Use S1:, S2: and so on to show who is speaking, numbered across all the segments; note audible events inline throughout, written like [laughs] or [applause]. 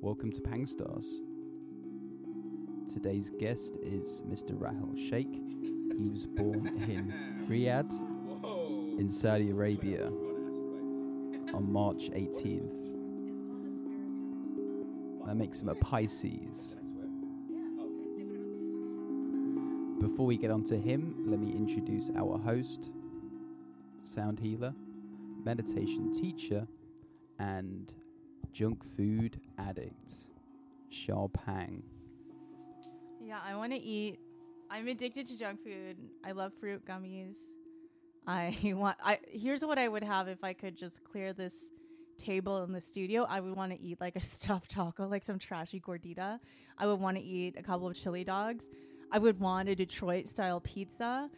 S1: Welcome to Pangstars. Today's guest is Mr. Rahel Sheikh. He was born in Riyadh in Saudi Arabia on March 18th. That makes him a Pisces. Before we get on to him, let me introduce our host, sound healer, meditation teacher, and junk food addict, Shao Pang.
S2: Yeah, I want to eat. I'm addicted to junk food. I love fruit gummies. I [laughs] want. I here's what I would have if I could just clear this table in the studio. I would want to eat like a [laughs] stuffed taco, like some trashy gordita. I would want to eat a couple of chili dogs. I would want a Detroit style pizza.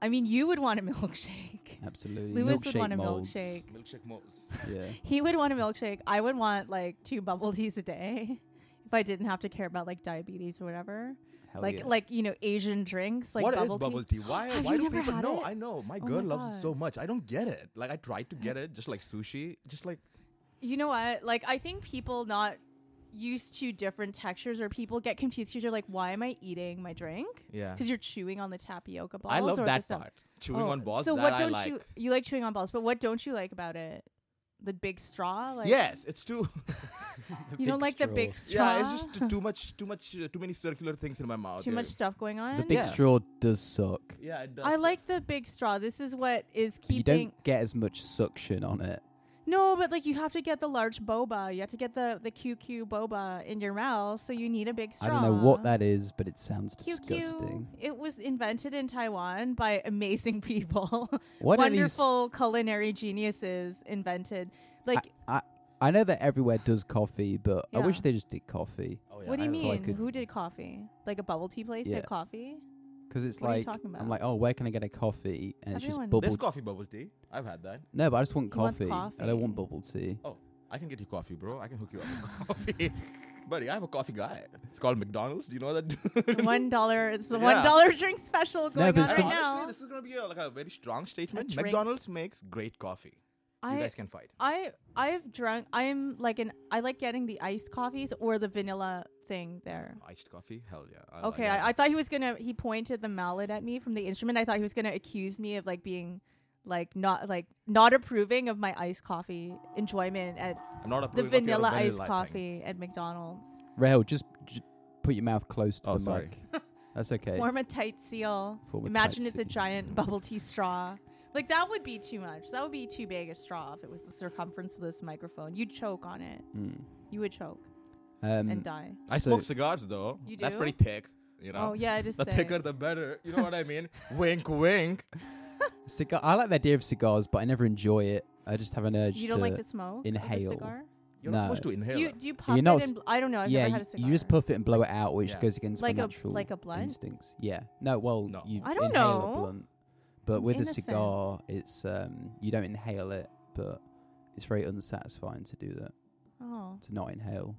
S2: I mean, you would want a [laughs] milkshake.
S1: Absolutely.
S2: Lewis would
S1: milkshake
S2: want a
S1: molds.
S2: milkshake.
S3: Milkshake molds.
S1: Yeah.
S2: He would want a milkshake. I would want like two bubble teas a day if I didn't have to care about like diabetes or whatever.
S1: Hell
S2: like
S1: yeah.
S2: like you know Asian drinks like
S3: What is
S2: bubble tea.
S3: bubble tea? Why?
S2: Have
S3: why
S2: you
S3: do
S2: never
S3: people?
S2: had
S3: no,
S2: it?
S3: I know. My
S2: Oh
S3: girl
S2: my
S3: loves it so
S2: God.
S3: much. I don't get it. Like I tried to get it, just like sushi, just like
S2: You know what? Like I think people not used to different textures or people get confused because you're like, why am I eating my drink?
S3: Yeah.
S2: because you're chewing on the tapioca balls.
S3: I love
S2: or the
S3: that
S2: stuff.
S3: part. Chewing
S2: Oh,
S3: on balls.
S2: So
S3: that
S2: what
S3: I
S2: don't
S3: like.
S2: you you like chewing on balls? But what don't you like about it? The big straw? Like,
S3: Yes, it's too.
S2: you don't
S1: big
S2: like the big straw.
S3: yeah, it's just
S2: [laughs]
S3: too- too much, too much, uh, too many circular things in my mouth.
S2: too
S3: yeah.
S2: much stuff going on.
S1: The big
S3: Yeah.
S1: straw does suck.
S3: Yeah, it does.
S2: I like the big straw. This is what is
S1: You
S2: keeping.
S1: don't get as much suction on it.
S2: No, but like you have to get the large boba. You have to get the the QQ boba in your mouth, so you need a big straw.
S1: I don't know what that is, but it sounds disgusting.
S2: QQ. It was invented in Taiwan by amazing [laughs] people.
S1: Why don't these-
S2: Wonderful culinary geniuses invented. Like,
S1: I, I know that everywhere does coffee, but I
S2: Yeah.
S1: wish they just did coffee
S3: Oh, yeah,
S2: what do you
S3: I
S1: that's what I
S2: mean?
S1: could-
S2: Who did coffee? Like a bubble tea place
S1: Yeah.
S2: did coffee?
S1: because it's
S2: What are you
S1: like
S2: talking about?
S1: I'm like, oh, where can I get a coffee? And it's just
S2: Everyone-
S1: bubble.
S3: There's coffee bubble tea. I've had that.
S1: no, but I just want
S2: He wants
S1: coffee. I don't want
S2: coffee.
S1: bubble tea.
S3: Oh, I can get you coffee, bro. I can hook you up with [laughs] coffee, buddy. I have a coffee guy. It's called McDonald's. Do you know that?
S2: The
S3: [laughs]
S2: one dollar. It's the
S3: Yeah.
S2: one dollar drink special going
S1: but
S2: on right
S1: some-
S3: Honestly,
S2: now.
S3: this is gonna be a, like a very strong statement.
S2: drinks.
S3: McDonald's makes great coffee.
S2: I,
S3: you guys can fight.
S2: I I've drunk. I'm like an. I like getting the iced coffees or the vanilla thing there.
S3: Iced coffee? Hell yeah. I
S2: Okay,
S3: like
S2: I, I thought he was gonna. He pointed the mallet at me from the instrument. I thought he was gonna accuse me of like being, like not like not approving of my iced coffee enjoyment at
S3: am not
S2: the
S3: approving of your
S2: vanilla iced
S3: thing.
S2: coffee at McDonald's.
S1: Rail, just, j put your mouth close to
S3: Oh,
S1: the
S3: sorry. [laughs]
S1: mic. That's okay.
S2: Form a tight seal.
S1: Form a
S2: Imagine
S1: tight
S2: it's a
S1: seal.
S2: giant [laughs] bubble tea straw. Like that would be too much. That would be too big a straw if it was the circumference of this microphone. You'd choke on it.
S1: Mm.
S2: You would choke
S1: Um,
S2: and die.
S3: I
S1: So-
S3: smoke cigars though.
S2: You
S3: That's
S2: do?
S3: pretty thick. You know?
S2: Oh yeah,
S1: [laughs]
S2: it is
S3: The
S2: thick.
S3: thicker the better. You know what I mean? [laughs] wink, wink.
S1: cigar. I like the idea of cigars, but I never enjoy it. I just have an urge.
S2: You don't
S1: to,
S2: like the smoke
S1: inhale.
S2: of a cigar?
S3: You're
S1: No.
S3: not supposed to inhale.
S2: Do you do you puff
S1: not
S2: it?
S1: s-
S2: And bl- I don't know. I've
S1: yeah,
S2: never had
S1: you-
S2: a cigar.
S1: you just puff it and blow it out, which
S3: Yeah.
S1: goes against
S2: Like
S1: my
S2: a-
S1: natural
S2: like a blunt?
S1: instincts. Yeah, no, well,
S3: No.
S1: you
S2: I don't
S1: inhale a
S2: know.
S1: blunt, but with a
S2: Innocent.
S1: cigar, it's um, you don't inhale it, but it's very unsatisfying to do that
S2: Oh.
S1: to not inhale.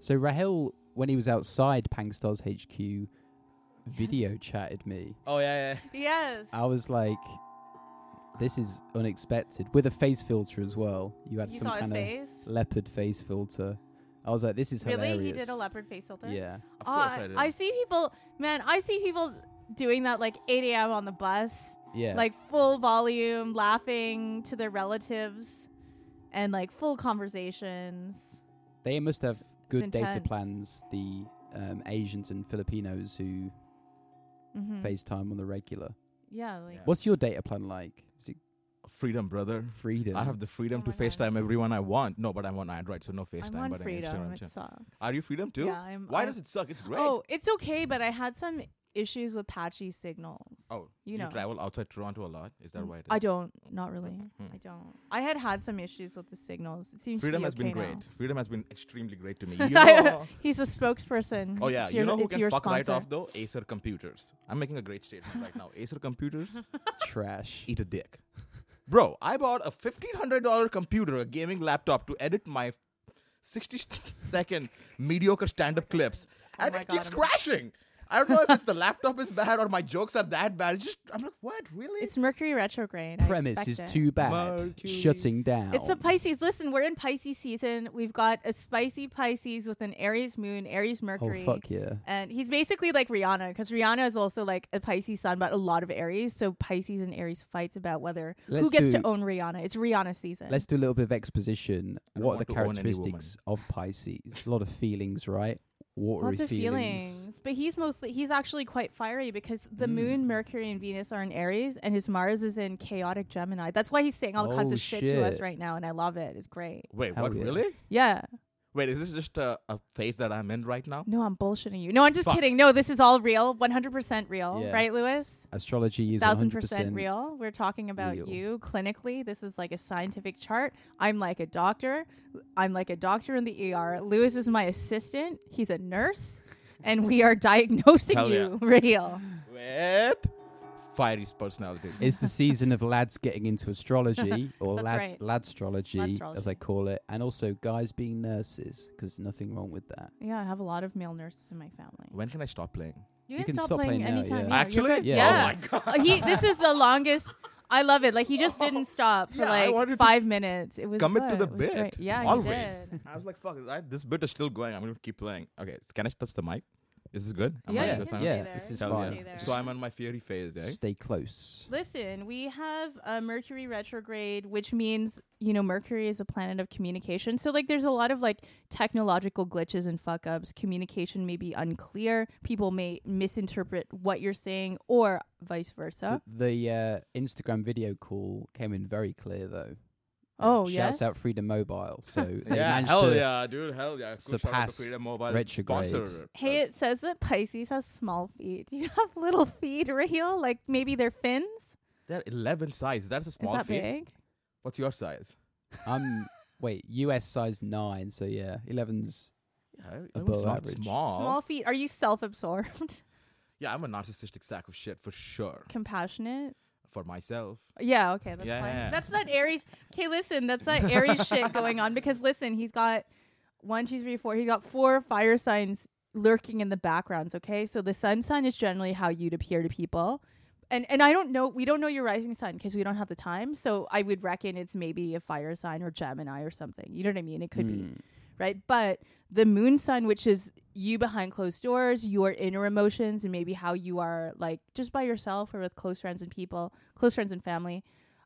S1: So Rahel, when he was outside Pangstars HQ, video chatted me.
S3: Oh yeah, yeah.
S2: Yes.
S1: I was like, "This is unexpected." With a face filter as well. You had
S2: you
S1: some
S2: saw his
S1: kind of
S2: face.
S1: leopard face filter. I was like, "This is
S2: Really?
S1: hilarious."
S2: He did a leopard face filter?
S1: Yeah.
S3: Of course
S2: Uh,
S3: I did.
S2: I see people, man, I see people doing that like 8 a.m. on the bus,
S1: Yeah.
S2: like full volume, laughing to their relatives and like full conversations.
S1: They must have good data
S2: intense.
S1: plans. The um, Asians and Filipinos who
S2: Mhm.
S1: FaceTime on the regular.
S2: Yeah. Like,
S3: Yeah.
S1: What's your data plan like? Is it
S3: freedom, brother.
S1: freedom?
S3: I have the freedom
S2: Oh
S3: to
S2: my God.
S3: FaceTime everyone I want. No, but I'm on Android, so no
S2: I'm
S3: FaceTime.
S2: on
S3: but
S2: freedom.
S3: Instagram.
S2: It sucks.
S3: Are you freedom too?
S2: Yeah, I'm.
S3: Why
S2: I'm-
S3: does it suck? It's great.
S2: Oh, it's okay, but I had some issues with patchy signals.
S3: Oh,
S2: you know. Mm,
S3: travel outside Toronto a lot. Is that why? It is?
S2: I don't. Not really.
S3: Hmm.
S2: I don't. I had had some issues with the signals. It [laughs] seems
S3: Freedom
S2: to be
S3: has
S2: okay
S3: been great.
S2: now.
S3: Freedom has been extremely
S2: [laughs]
S3: great to me. You know,
S2: He's a spokesperson.
S3: [laughs] oh yeah,
S2: It's your,
S3: you know who
S2: it's
S3: can
S2: your
S3: fuck right
S2: sponsor.
S3: off though? Acer computers. I'm making a great statement
S2: [laughs]
S3: right now. Acer computers
S1: [laughs] trash.
S3: eat a dick, bro. I bought a fifteen hundred dollar computer, a gaming laptop, to edit my sixty [laughs] second mediocre stand up clips,
S2: Oh
S3: and
S2: my
S3: it
S2: God,
S3: keeps
S2: I'm-
S3: crashing. I don't know if it's the laptop is bad or my jokes are that bad. It's just I'm like, what really?
S2: It's Mercury retrograde. I
S1: Premise is
S2: expect it.
S1: too bad.
S3: Mercury.
S1: Shutting down.
S2: It's a Pisces. Listen, we're in Pisces season. We've got a spicy Pisces with an Aries moon, Aries
S1: Oh
S2: Mercury.
S1: fuck yeah!
S2: And he's basically like Rihanna because Rihanna is also like a Pisces sun, but a lot of Aries. So Pisces and Aries fights about whether
S1: Let's
S2: who gets
S1: do-
S2: to own Rihanna. It's Rihanna season.
S1: Let's do a little bit of exposition.
S3: I don't
S1: What are the
S3: want to own any woman.
S1: characteristics of Pisces? A lot of feelings, right? Watery
S2: Lots of
S1: feelings.
S2: feelings, but he's mostly he's actually quite fiery because the
S1: Mm.
S2: moon, Mercury, and Venus are in Aries, and his Mars is in chaotic Gemini. That's why he's saying all kinds
S1: Oh,
S2: of shit to us
S1: shit.
S2: right now, and I love it. It's great.
S3: Wait,
S1: Hell
S3: what
S1: yeah.
S3: really?
S2: Yeah.
S3: Wait, is this just a, a phase that I'm in right
S2: [laughs]
S3: now?
S2: No, I'm bullshitting you. No, I'm just
S3: Fuck.
S2: kidding. No, this is all real, 100% real,
S1: Yeah.
S2: right, Lewis?
S1: Astrology is
S2: Thousand
S1: 100%
S2: percent real. We're talking about
S1: real.
S2: you clinically. This is like a scientific chart. I'm like a doctor. I'm like a doctor in the ER. Lewis is my assistant. He's a nurse, and we are [laughs] diagnosing
S3: Hell
S2: you [laughs] real.
S3: With fiery personality.
S1: It's
S2: [laughs]
S1: the season of lads getting into astrology or
S2: That's
S1: lad
S2: right.
S1: ladstrology, as I
S2: Ladstrology.
S1: call it, and also guys being nurses because nothing wrong with that.
S2: Yeah, I have a lot of male nurses in my family.
S3: when can I stop playing?
S2: You,
S1: You
S2: can
S1: can
S2: stop
S1: stop
S2: playing,
S1: playing now,
S2: anytime.
S1: yeah.
S2: you want. You're
S3: Actually?
S2: good.
S1: Yeah.
S2: yeah.
S3: Oh [laughs] my
S2: [laughs]
S3: god.
S2: Uh, he this is the longest I love it. Like he just
S3: [laughs]
S2: didn't stop for
S3: Yeah, I wanted
S2: like
S3: to
S2: five minutes. It was
S3: commit to
S2: good.
S3: the
S2: It was
S3: bit.
S2: great. Yeah, he
S3: Always.
S2: did.
S3: I was like, fuck, I, this bit is still going. I'm going to keep playing. Okay, s- can I touch the mic? Is this good? Am I
S2: yeah,
S3: in
S1: like,
S2: you can
S3: the sound?
S2: stay
S1: Yeah,
S2: there.
S1: this
S2: You
S1: is
S2: can
S1: fine.
S2: stay there.
S3: So I'm on my fiery phase, right?
S1: Stay close.
S2: Listen, we have a Mercury retrograde, which means, you know, Mercury is a planet of communication. So, like, there's a lot of like technological glitches and fuck ups. Communication may be unclear. People may misinterpret what you're saying or vice versa.
S1: The, the uh, Instagram video call came in very clear though. Uh,
S2: Oh,
S1: Shouts
S2: yes.
S1: out Freedom Mobile. So
S2: [laughs]
S1: they managed
S3: hell
S1: to
S3: yeah, dude, hell yeah. Cool shout out to
S1: surpass
S3: Freedom Mobile
S1: retrograde.
S3: sponsor.
S2: Hey,
S3: us.
S2: it says that Pisces has small feet. [laughs] Do you have little feet, real? Like, maybe they're fins?
S3: they're 11 size. That's a
S2: Is
S3: small
S2: that
S3: feet. Um,
S2: big?
S3: What's your size?
S2: [laughs]
S1: I'm wait US size nine. So yeah, 11's
S3: Yeah,
S1: Above
S3: it's not
S1: average.
S3: small.
S2: Small feet. Are you self absorbed?
S3: Yeah, I'm a narcissistic sack of shit for sure.
S2: [laughs] Compassionate?
S3: For myself.
S2: Yeah, okay, that's
S3: Yeah,
S2: fine.
S3: yeah, yeah.
S2: That's that Aries. Okay, listen, that's that Aries shit going on because listen, he's got one, two, three, four. He's got four fire signs lurking in the backgrounds. Okay, so the sun sign is generally how you'd appear to people, and and I don't know, we don't know your rising sign because we don't have the time. So I would reckon it's maybe a fire sign or Gemini or something. You know what I mean? It could be
S1: mm,
S2: right? But the moon sign, which is you behind closed doors, your inner emotions, and maybe how you are like just by yourself or with close friends and people, close friends and family,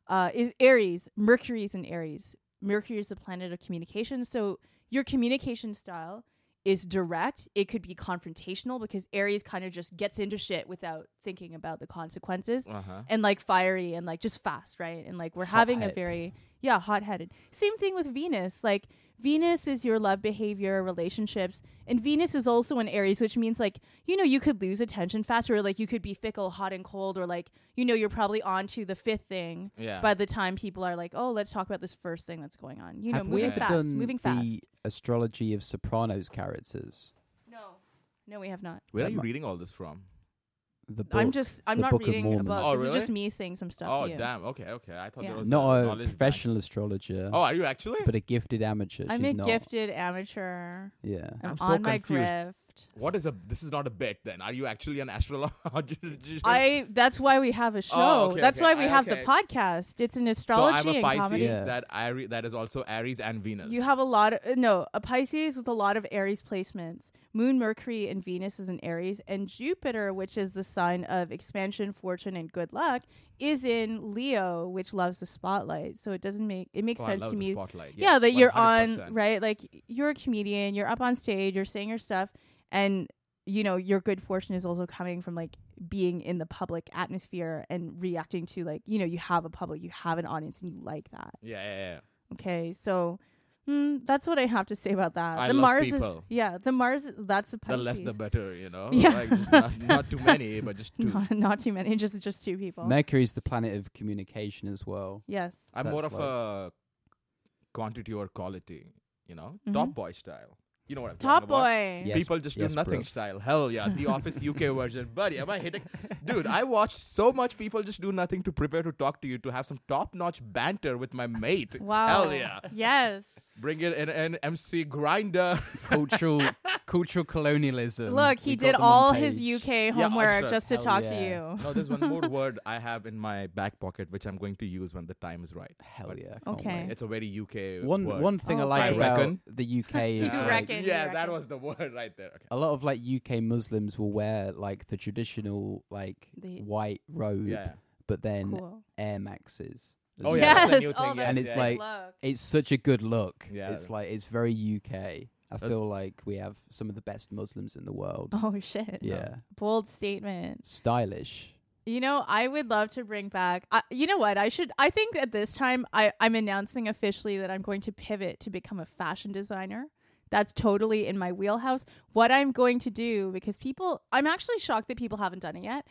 S2: uh, is Aries. Mercury's in Aries. Mercury is the planet of communication. So your communication style is direct. It could be confrontational because Aries kind of just gets into shit without thinking about the consequences
S3: Uh huh.
S2: and like fiery and like just fast, right? And like we're having a
S1: Hothead.
S2: very yeah, hot-headed. Same thing with Venus. Like Venus is your love behavior, relationships, and Venus is also in Aries, which means like you know you could lose attention faster, or like you could be fickle, hot and cold, or like you know you're probably on to the fifth thing
S3: Yeah.
S2: by the time people are like, oh, let's talk about this first thing that's going on. You
S1: Have
S2: know,
S1: we
S2: moving
S1: ever
S2: fast,
S1: done
S2: moving
S1: the
S2: fast.
S1: astrology of Sopranos characters?
S2: No, no, we have not.
S3: Where are
S1: That
S3: you
S1: mu-
S3: reading all this from?
S1: The
S2: I'm
S1: book.
S2: just I'm
S1: the
S2: not
S1: Book of
S2: reading a
S1: Mormon.
S2: book.
S3: Oh,
S2: this is just
S3: really?
S2: me saying some stuff
S3: Oh,
S2: to you.
S3: damn. Okay, okay. I thought
S2: Yeah.
S3: there was
S1: not a
S3: knowledge bank.
S1: uh, professional astrologer,
S3: Oh, are you actually?
S1: but a gifted amateur.
S2: I'm
S1: She's
S2: a
S1: not.
S2: gifted amateur.
S1: Yeah.
S2: I'm,
S3: I'm so
S2: on my
S3: confused.
S2: grift.
S3: What is a? This is not a bit. Then are you actually an astrologist?
S2: I that's why we have a show.
S3: Oh, okay,
S2: that's
S3: okay.
S2: why we
S3: I-
S2: have
S3: okay.
S2: the podcast. It's an
S3: [laughs] so
S2: astrology
S3: I'm a
S2: and
S3: Pisces
S2: comedy.
S1: Yeah.
S3: that Ari- that is also Aries and Venus.
S2: You have a lot of uh, no, a Pisces with a lot of Aries placements. Moon, Mercury, and Venus is in Aries, and Jupiter, which is the sign of expansion, fortune, and good luck, is in Leo, which loves the spotlight. So it doesn't make it makes
S3: oh, I
S2: sense
S3: love
S2: to
S3: the
S2: me.
S3: Spotlight.
S2: yeah, that you're on
S3: 100%.
S2: right like you're a comedian you're up on stage you're saying your stuff and you know your good fortune is also coming from like being in the public atmosphere and reacting to like you know you have a public you have an audience and you like that
S3: Yeah, yeah, yeah.
S2: okay so mm, that's what i have to say about that
S3: I
S2: the
S3: love
S2: mars is
S3: people.
S2: yeah the mars that's the
S3: The
S2: Pisces.
S3: less the better, you know.
S2: Yeah.
S3: Like, just not, not too
S2: [laughs]
S3: many, but just two.
S2: not, not too many just just two people
S1: Mercury's the planet of communication as
S2: [laughs]
S1: well.
S2: yes
S1: So
S3: I'm more
S1: that's
S3: of a quantity or quality, you know, top boy style. You know what I'm
S2: Mm-hmm. top
S3: talking about?
S2: boy
S1: Yeah. Yes,
S3: People just
S1: yes,
S3: do nothing
S1: bruv.
S3: style. Hell yeah, the Office UK version. Buddy, am I hitting? Dude, I watched so much people just do nothing to prepare to talk to you to have some top notch banter with my mate.
S2: wow
S3: Hell yeah.
S2: yes
S3: Bring it in an MC grinder. [laughs]
S1: cultural cultural colonialism.
S2: Look,
S1: We
S2: he
S1: got
S2: did
S1: them on
S2: all his
S1: page.
S2: UK
S3: Yeah,
S2: homework
S3: sure.
S2: just to
S1: Hell
S2: talk
S1: yeah.
S2: to you.
S3: no, there's one more word I have in my back pocket, which I'm going to use when the time is right.
S1: Hell
S3: But
S1: yeah. I can't
S2: Okay.
S1: wait.
S3: It's a very UK
S1: Eh. One
S3: word.
S1: one thing I
S2: Oh,
S1: like
S2: I
S1: about
S3: reckon.
S1: the UK
S2: [laughs]
S1: is
S2: You
S1: like,
S2: reckon. you
S3: Yeah, that
S2: reckon.
S3: was the [laughs] word right there. Okay.
S1: a lot of like UK Muslims will wear like the traditional like
S2: The-
S1: white robe,
S3: Yeah.
S1: but then
S2: Cool.
S1: Air Maxes. as
S3: Oh,
S1: well.
S3: yeah, that's a
S2: Yes.
S3: new
S2: oh,
S3: thing,
S2: that's
S1: And it's
S2: a
S1: like-
S2: good look.
S1: [laughs] It's such a good look.
S3: Yeah.
S1: It's like it's very UK. I feel like we have some of the best Muslims in the world.
S2: [laughs] Oh shit.
S1: Yeah.
S2: Bold statement.
S1: Stylish.
S2: You know, I would love to bring back. I you know what? I should. I think at this time, I, I'm announcing officially that I'm going to pivot to become a fashion designer. That's totally in my wheelhouse. What I'm going to do, because people, I'm actually shocked that people haven't done it yet,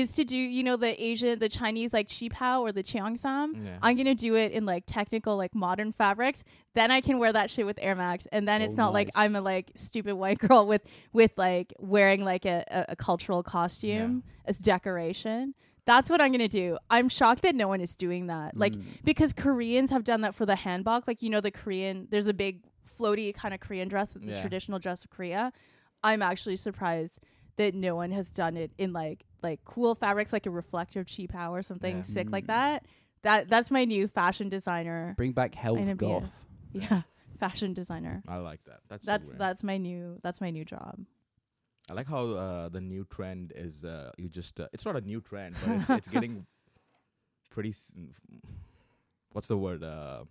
S2: is to do, you know, the Asian, the Chinese, like Qipao or the Cheongsam.
S3: Yeah.
S2: I'm going to do it in like technical, like modern fabrics. Then I can wear that shit with Air Max. And then
S1: Oh,
S2: it's not like
S1: nice.
S2: I'm a like stupid white [laughs] girl with, with like wearing like a, a, a cultural costume as decoration. That's what I'm going to do. I'm shocked that no one is doing that. Like,
S1: Mm.
S2: because Koreans have done that for the hanbok. Like, you know, the Korean, there's a big floaty kind of Korean dress. It's the
S3: Yeah.
S2: traditional dress of Korea. I'm actually surprised that no one has done it in like like cool fabrics, like a reflective cheapo or something
S3: Yeah.
S2: sick like
S1: Mm.
S2: that. That that's my new fashion designer.
S1: Bring back
S2: know, yeah.
S1: health goth.
S2: Yeah, fashion designer.
S3: I like that. That's
S2: That's
S3: sobering.
S2: that's my new that's my new job. [laughs]
S3: I like how uh, the new trend is. Uh, you just. Uh, it's not a new trend, but it's, it's
S2: [laughs]
S3: getting pretty. s- What's the word? Uh,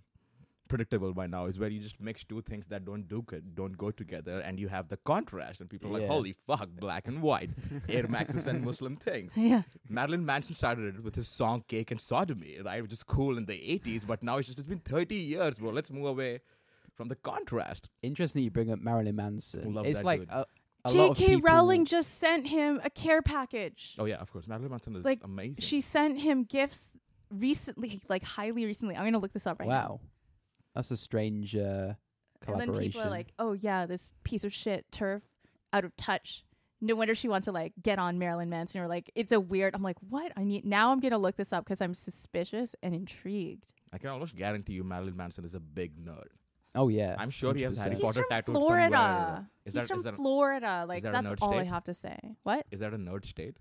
S3: predictable by now is where you just mix two things that don't do good, don't go together, and you have the contrast, and people are
S1: Yeah.
S3: like, "Holy fuck, black and white, Air Maxes and
S2: [laughs]
S3: Muslim things."
S2: Yeah,
S3: Marilyn Manson started it with his song "Cake and Sodomy," right? Which is cool in the '80s, but now it's just it's been 30 years, bro. Let's move away from the contrast.
S1: [laughs] Interesting you bring up Marilyn Manson.
S3: Love
S1: it's
S3: that
S1: like
S3: dude.
S1: a, a lot of
S2: J.K.
S1: people-
S2: Rowling just sent him a care package.
S3: Oh yeah, of course, Marilyn Manson is
S2: Like,
S3: amazing.
S2: She sent him gifts recently, like highly recently. I'm gonna look this up right now.
S1: Wow. That's a strange uh,
S2: And
S1: collaboration.
S2: then people are like, "Oh yeah, this piece of shit turf, out of touch." No wonder she wants to like get on Marilyn Manson or like it's a weird. I'm like, what? I need now. I'm gonna look this up because I'm suspicious and intrigued.
S3: I can almost guarantee you Marilyn Manson is a big nerd.
S1: oh yeah.
S3: I'm sure he has
S1: 100%.
S3: Harry
S2: He's
S3: Potter
S2: from
S3: tattooed
S2: Florida.
S3: somewhere.
S2: He's
S3: Is that,
S2: from
S3: is, that,
S2: Florida. Like
S3: that a
S2: that's
S3: nerd
S2: all I
S3: state?
S2: have to say. What?
S3: is that a nerd state?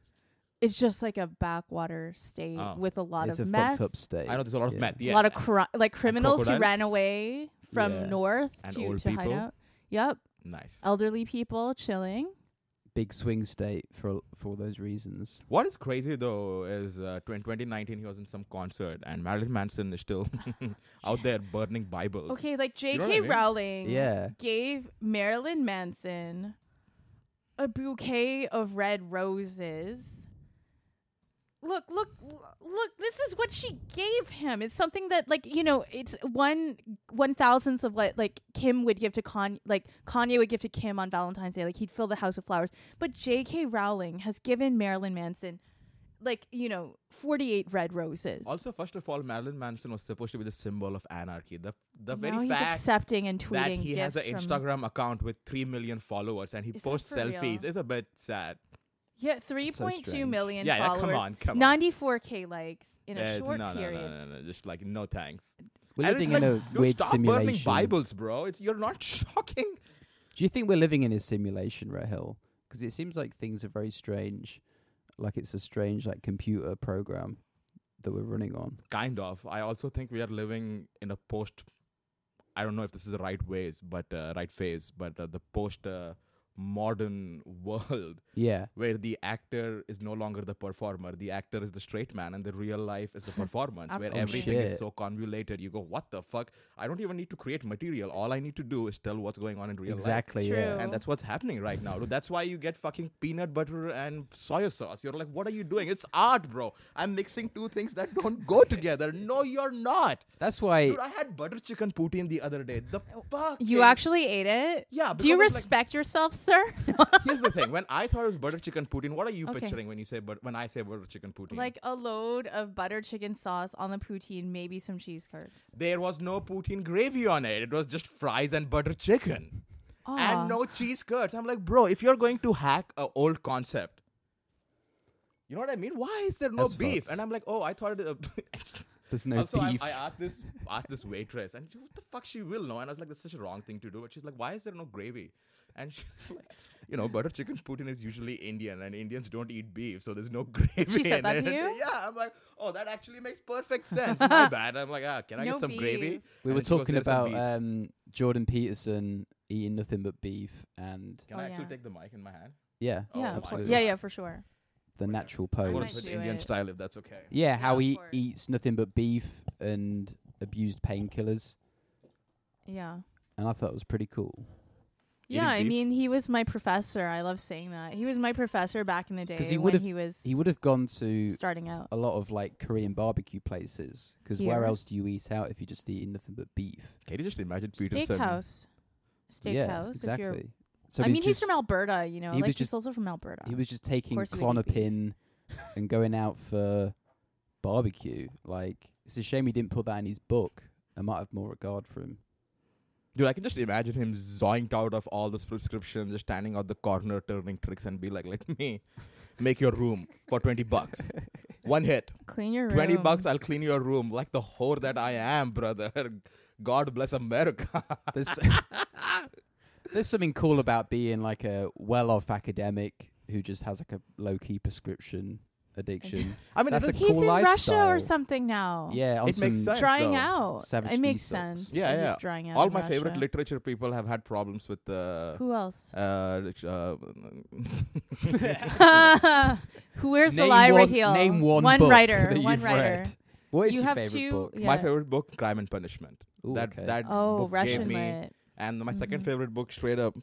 S2: It's just like a backwater state
S3: Oh.
S2: with a lot
S1: it's
S2: of
S1: a
S2: meth,
S1: fucked up state.
S3: I know there's a lot of
S1: Yeah.
S3: meth.
S2: Uh,
S3: Yes.
S2: a lot of cri- like criminals who ran
S3: crocodiles.
S2: away from
S1: Yeah.
S2: north
S3: And
S2: to
S3: old
S2: to hide
S3: people.
S2: out. Yep,
S3: nice.
S2: elderly people chilling.
S1: Big swing state for for all those reasons.
S3: What is crazy though is uh, tw- in 2019 he was in some concert and Marilyn Manson is still [laughs] out there burning Bibles.
S2: Okay, like J.K.
S3: know what I mean?
S2: Rowling
S1: Yeah.
S2: gave Marilyn Manson a bouquet of red roses. Look, look, look, this is what she gave him. It's something that like, you know, it's one one thousandth of what like Kim would give to Kanye like Kanye would give to Kim on Valentine's Day. Like he'd fill the house with flowers. But J.K. Rowling has given Marilyn Manson like, you know, forty eight red roses.
S3: Also, first of all, Marilyn Manson was supposed to be the symbol of anarchy. The the
S2: now
S3: very
S2: he's
S3: fact
S2: accepting and tweeting
S3: that he has an
S2: gifts from-
S3: Instagram account with three million followers and he
S2: Is that
S3: posts
S2: for
S3: selfies
S2: real?
S3: is a bit sad.
S2: Yeah, three point two
S1: strange.
S2: million
S3: yeah, yeah,
S2: followers.
S3: come on, come on.
S2: Ninety-four k likes in a
S3: Yeah,
S2: short
S3: no, no, no,
S2: period.
S3: no, no, no, just like no thanks.
S1: We're
S3: And
S1: living
S3: it's
S1: in
S3: like,
S1: a
S3: dude,
S1: weird
S3: stop burning
S1: simulation.
S3: Bibles, bro. It's you're not [laughs] shocking.
S1: Do you think we're living in a simulation, Rahil? Because it seems like things are very strange. Like it's a strange like computer program that we're running on.
S3: Kind of. I also think we are living in a post. I don't know if this is the right ways, but uh, right phase, but uh, the post uh, modern [laughs] world
S1: Yeah.
S3: where the actor is no longer the performer. The actor is the straight man, and the real life
S1: [laughs]
S3: is the performance where
S2: Absolutely. Oh,
S3: everything
S1: shit.
S3: is so convoluted. You go, what the fuck? I don't even need to create material. All I need to do is tell what's going on in real life.
S1: exactly. Yeah.
S2: True.
S3: And that's what's happening right now. dude. That's why you get fucking peanut butter and soy sauce. You're like, what are you doing? It's art, bro. I'm mixing two things that don't go together. No, you're not.
S1: That's why
S3: Dude, I had butter chicken poutine the other day. The fuck?
S2: Oh, You actually ate it?
S3: Yeah,
S2: Do you
S3: because I'm like-
S2: respect yourself,
S3: [laughs]
S2: sir?
S3: Here's the thing. When I thought it was butter chicken poutine, what are you
S2: Okay.
S3: picturing when you say but when I say butter chicken poutine?
S2: like a load of butter chicken sauce on the poutine, maybe some cheese curds.
S3: there was no poutine gravy on it. It was just fries and butter chicken.
S2: Aw.
S3: And no cheese curds. I'm like, bro, if you're going to hack a old concept, you know what I mean? Why is there no
S1: That's
S3: beef?
S1: fucked.
S3: [laughs] And I'm like, oh, I thought it,
S1: There's no
S3: also, I,
S1: beef.
S3: I asked this asked this waitress, and she, what the fuck she will know? And I was like, that's such a wrong thing to do. But she's like, why is there no gravy? And [laughs] she's like, you know, butter chicken Putin is usually Indian, and Indians don't eat beef, so there's no [laughs] gravy.
S2: said
S3: in
S2: that
S3: it.
S2: to you?
S3: [laughs] Yeah, I'm like, oh, that actually makes
S2: [laughs]
S3: perfect sense. My bad. I'm like, ah, can I
S2: No
S3: get some gravy?
S2: beef.
S1: we were
S3: And then she goes,
S1: talking
S3: "There's some
S1: about
S3: beef."
S1: um, Jordan Peterson eating nothing but beef and
S3: Can
S2: Oh,
S3: I actually
S2: yeah.
S3: take the mic in my hand?
S1: yeah,
S3: Oh
S2: yeah,
S3: my
S2: of course.
S1: absolutely.
S2: yeah, yeah, for sure.
S1: the natural
S3: I
S2: might
S3: want
S1: pose.
S3: to put
S2: do
S3: Indian
S2: it.
S3: style if that's okay.
S1: Yeah, how
S2: of
S1: he
S2: course.
S1: eats nothing but beef and abused painkillers,
S2: Yeah.
S1: and I thought it was pretty cool.
S2: Yeah, I
S3: beef?
S2: mean, he was my professor. I love saying that. He was my professor back in the day
S1: 'Cause he
S2: when
S1: would've-
S2: he was
S1: He would have gone to
S2: starting out.
S1: a lot of like Korean barbecue places 'cause where
S2: Here.
S1: else do you eat out if you're just eating nothing but beef?
S3: Can you just imagine Peterson?
S2: Steakhouse. Steakhouse.
S1: yeah,
S2: If you're,
S1: exactly. So
S2: I
S1: he's
S2: mean, he's
S1: just,
S2: from Alberta, you know.
S1: he
S2: Like,
S1: was
S2: he's
S1: just-
S2: also from Alberta.
S1: he was just taking
S2: course he would eat beef.
S1: clonopin and going out for barbecue. Like it's a shame he didn't put that in his book. I might have more regard for him.
S3: Dude, I can just imagine him zoinked out of all this prescription, just standing out the corner, turning tricks, and be like, "Let me make your room for twenty bucks, one
S2: [laughs]
S3: hit,
S2: Clean your room.
S3: twenty bucks. I'll clean your room like the whore that I am, brother. [laughs] God bless America." [laughs]
S1: There's [laughs] there's something cool about being like a well-off academic who just has like a low-key prescription addiction.
S3: I mean,
S1: That's
S3: it's
S1: a
S2: He's
S1: cool
S2: in Russia or
S1: lifestyle.
S2: something now.
S1: Yeah, on
S3: It makes
S1: some-
S3: sense.
S2: Drying
S3: though.
S2: out.
S1: Savage
S2: it makes
S1: Deep Socks.
S2: sense.
S3: Yeah,
S2: that
S3: yeah.
S2: He's drying out.
S3: all
S2: in
S3: my favorite
S2: Russia.
S3: literature people have had problems with. Uh,
S2: Who
S1: [laughs]
S2: else?
S3: uh, lit- uh, [laughs]
S2: [laughs] Who wears the
S1: Name
S2: lie right
S1: one-
S2: heel?
S1: Name one,
S2: one
S1: book
S2: writer.
S1: that
S2: One
S1: you've
S2: writer.
S1: read. What is
S2: You
S1: your
S2: have
S1: favorite
S2: two-
S1: book?
S2: yeah.
S3: My favorite book, Crime and Punishment.
S1: Ooh,
S3: that
S1: okay.
S3: that
S2: Oh,
S3: book gave
S2: Russian
S3: me
S2: lit.
S3: And my second
S2: Mhm.
S3: favorite book, straight up,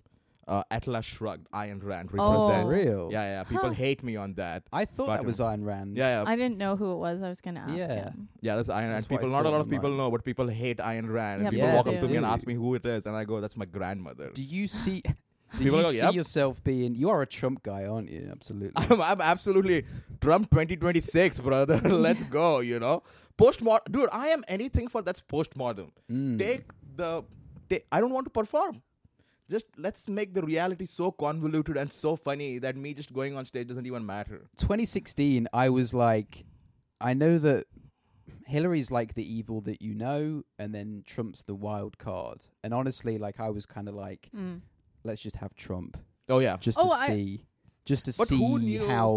S3: uh, Atlas Shrugged, Ayn Rand,
S2: Oh.
S1: For
S3: represent.
S1: real.
S3: Yeah, yeah. People
S2: Huh.
S3: hate me on that.
S1: I thought that
S3: Butter.
S1: was Ayn Rand.
S3: Yeah, yeah.
S2: I didn't know who it was. I was going to ask
S1: Yeah.
S2: him.
S3: yeah, that's Ayn Rand.
S1: That's what I
S3: People, not a lot
S1: thought
S3: of
S1: in
S3: people
S1: mine.
S3: know, but people hate Ayn Rand.
S2: Yeah,
S3: and people
S2: people
S3: walk up
S2: do.
S3: to me and ask
S1: do.
S3: me who it is, and I go, that's my grandmother.
S1: Do you
S3: [laughs]
S1: see? Do
S3: People
S1: you
S3: go,
S1: see
S3: "Yep."
S1: yourself being? You are a Trump guy, aren't you? Absolutely.
S3: [laughs] I'm, I'm absolutely Trump 2026, brother. [laughs] Let's go, you know? Postmodern. Dude, I am anything for that's postmodern.
S1: Mm.
S3: take the take, i don't want to perform just let's make the reality so convoluted and so funny that me just going on stage doesn't even matter
S1: 2016, I was like, I know that Hillary's like the evil that you know, and then Trump's the wild card. And honestly, like I was kind of like,
S2: Mm.
S1: let's just have Trump
S3: oh yeah
S1: just
S2: Oh,
S1: to
S2: I-
S1: see, just to
S3: But who
S1: see
S3: knew
S1: how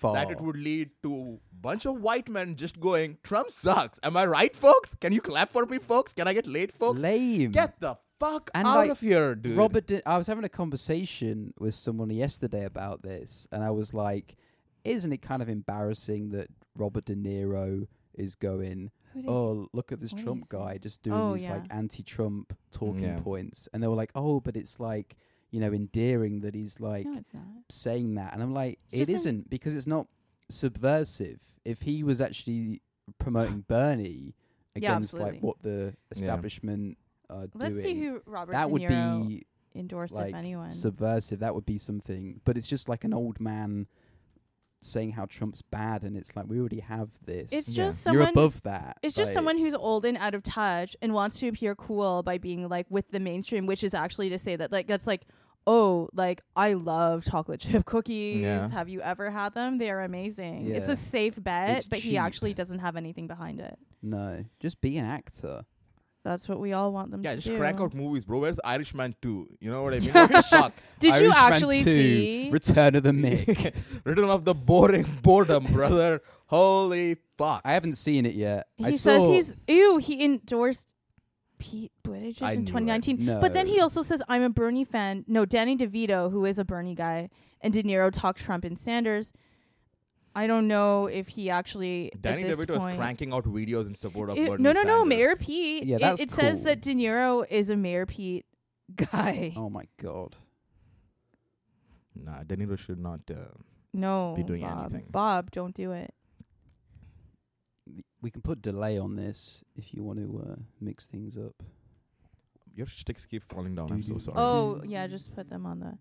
S1: far.
S3: that
S2: Oh.
S3: it would lead to bunch of white men just going trump sucks am i right folks can you clap for me folks can i get laid folks
S1: Lame.
S3: get the fuck
S1: And,
S3: out
S1: like,
S3: of here dude
S1: Robert, De- I was having a conversation with someone yesterday about this, and I was like, "Isn't it kind of embarrassing that Robert De Niro is going?
S2: Who did-
S1: Oh, look at this
S2: what did he
S1: Trump
S2: say?
S1: guy just doing
S2: Oh,
S1: these like
S2: yeah.
S1: anti-Trump talking
S3: Yeah.
S1: points," and they were like, "Oh, but it's like you know endearing that he's like
S2: no, it's not.
S1: saying that," and I'm like,
S2: It's
S1: "It
S2: just an-
S1: isn't because it's not subversive. If he was actually
S2: [sighs]
S1: promoting Bernie
S2: Yeah,
S1: against like
S2: absolutely.
S1: what the establishment are
S2: Let's
S1: doing."
S2: see who Robert
S1: that
S2: De
S1: would
S2: Niro
S1: be
S2: endorsed,
S1: like
S2: if anyone.
S1: subversive. That would be something. But it's just like an old man saying how Trump's bad, and it's like we already have this.
S2: it's
S3: Yeah.
S2: just
S1: You're
S2: someone.
S1: above that.
S2: It's just
S1: Like,
S2: someone who's old and out of touch and wants to appear cool by being like with the mainstream, which is actually to say that like that's like, oh, like I love chocolate chip [laughs] cookies.
S3: Yeah.
S2: Have you ever had them? They are amazing. It's
S1: Yeah.
S2: a safe bet,
S1: It's
S2: but he
S1: cheap.
S2: actually doesn't have anything behind it.
S1: No, just be an actor.
S2: That's what we all want them
S3: yeah
S2: to
S3: just
S2: do.
S3: crank out movies bro where's irishman 2 you know
S2: [laughs]
S3: what i mean What the fuck
S2: Did you
S1: Irishman
S2: actually
S1: 2,
S2: see?
S1: Return
S2: [laughs]
S1: of the Mick?
S3: [laughs] return of the boring boredom brother holy fuck
S1: I haven't seen it yet. I
S2: He says
S1: saw-
S2: he's ew. He endorsed Pete Buttigieg
S3: I
S2: in
S3: knew it.
S2: 2019,
S1: No.
S2: but then he also says, "I'm a Bernie fan." No, Danny DeVito, who is a Bernie guy, and De Niro talk Trump and Sanders. I don't know if he actually at
S3: danny
S2: this
S3: devito is
S2: point-
S3: cranking out videos in support of
S2: Ew,
S3: Bernie
S2: no, no, no,
S3: Sanders.
S2: Mayor Pete.
S1: Yeah,
S2: It-
S1: that's
S2: it, says
S1: cool.
S2: that De Niro is a Mayor Pete guy.
S1: Oh my god.
S3: Nah, De Niro should not. Uh,
S2: No,
S3: Be doing
S2: Bob.
S3: anything.
S2: Bob, don't do it.
S1: We can put delay on this if you want to uh, mix things up.
S3: your sticks keep falling down.
S1: Do
S3: I'm
S1: you
S3: so
S1: do-
S3: sorry.
S2: Oh yeah, just put them on the.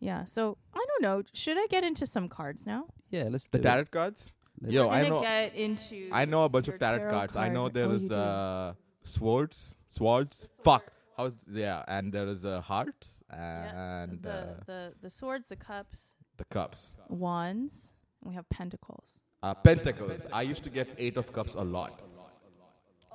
S2: Yeah, so I don't know. Should I get into some cards now?
S1: Yeah, let's
S3: the
S1: do
S3: tarot cards.
S1: it.
S3: Yo,
S1: Let's-
S3: I
S2: We're gonna
S3: know-
S2: get into.
S3: I know a bunch
S2: Your
S3: of tarot
S2: tarot
S3: cards. I know
S2: card.
S3: there
S2: Oh,
S3: is
S2: you do.
S3: uh, swords, swords. Fuck. How's yeah? And there is uh, hearts and
S2: the,
S3: uh, the,
S2: the the swords, the cups,
S3: cups.
S2: wands. and We have pentacles.
S3: Uh, pentacles. I used to get eight of cups a lot.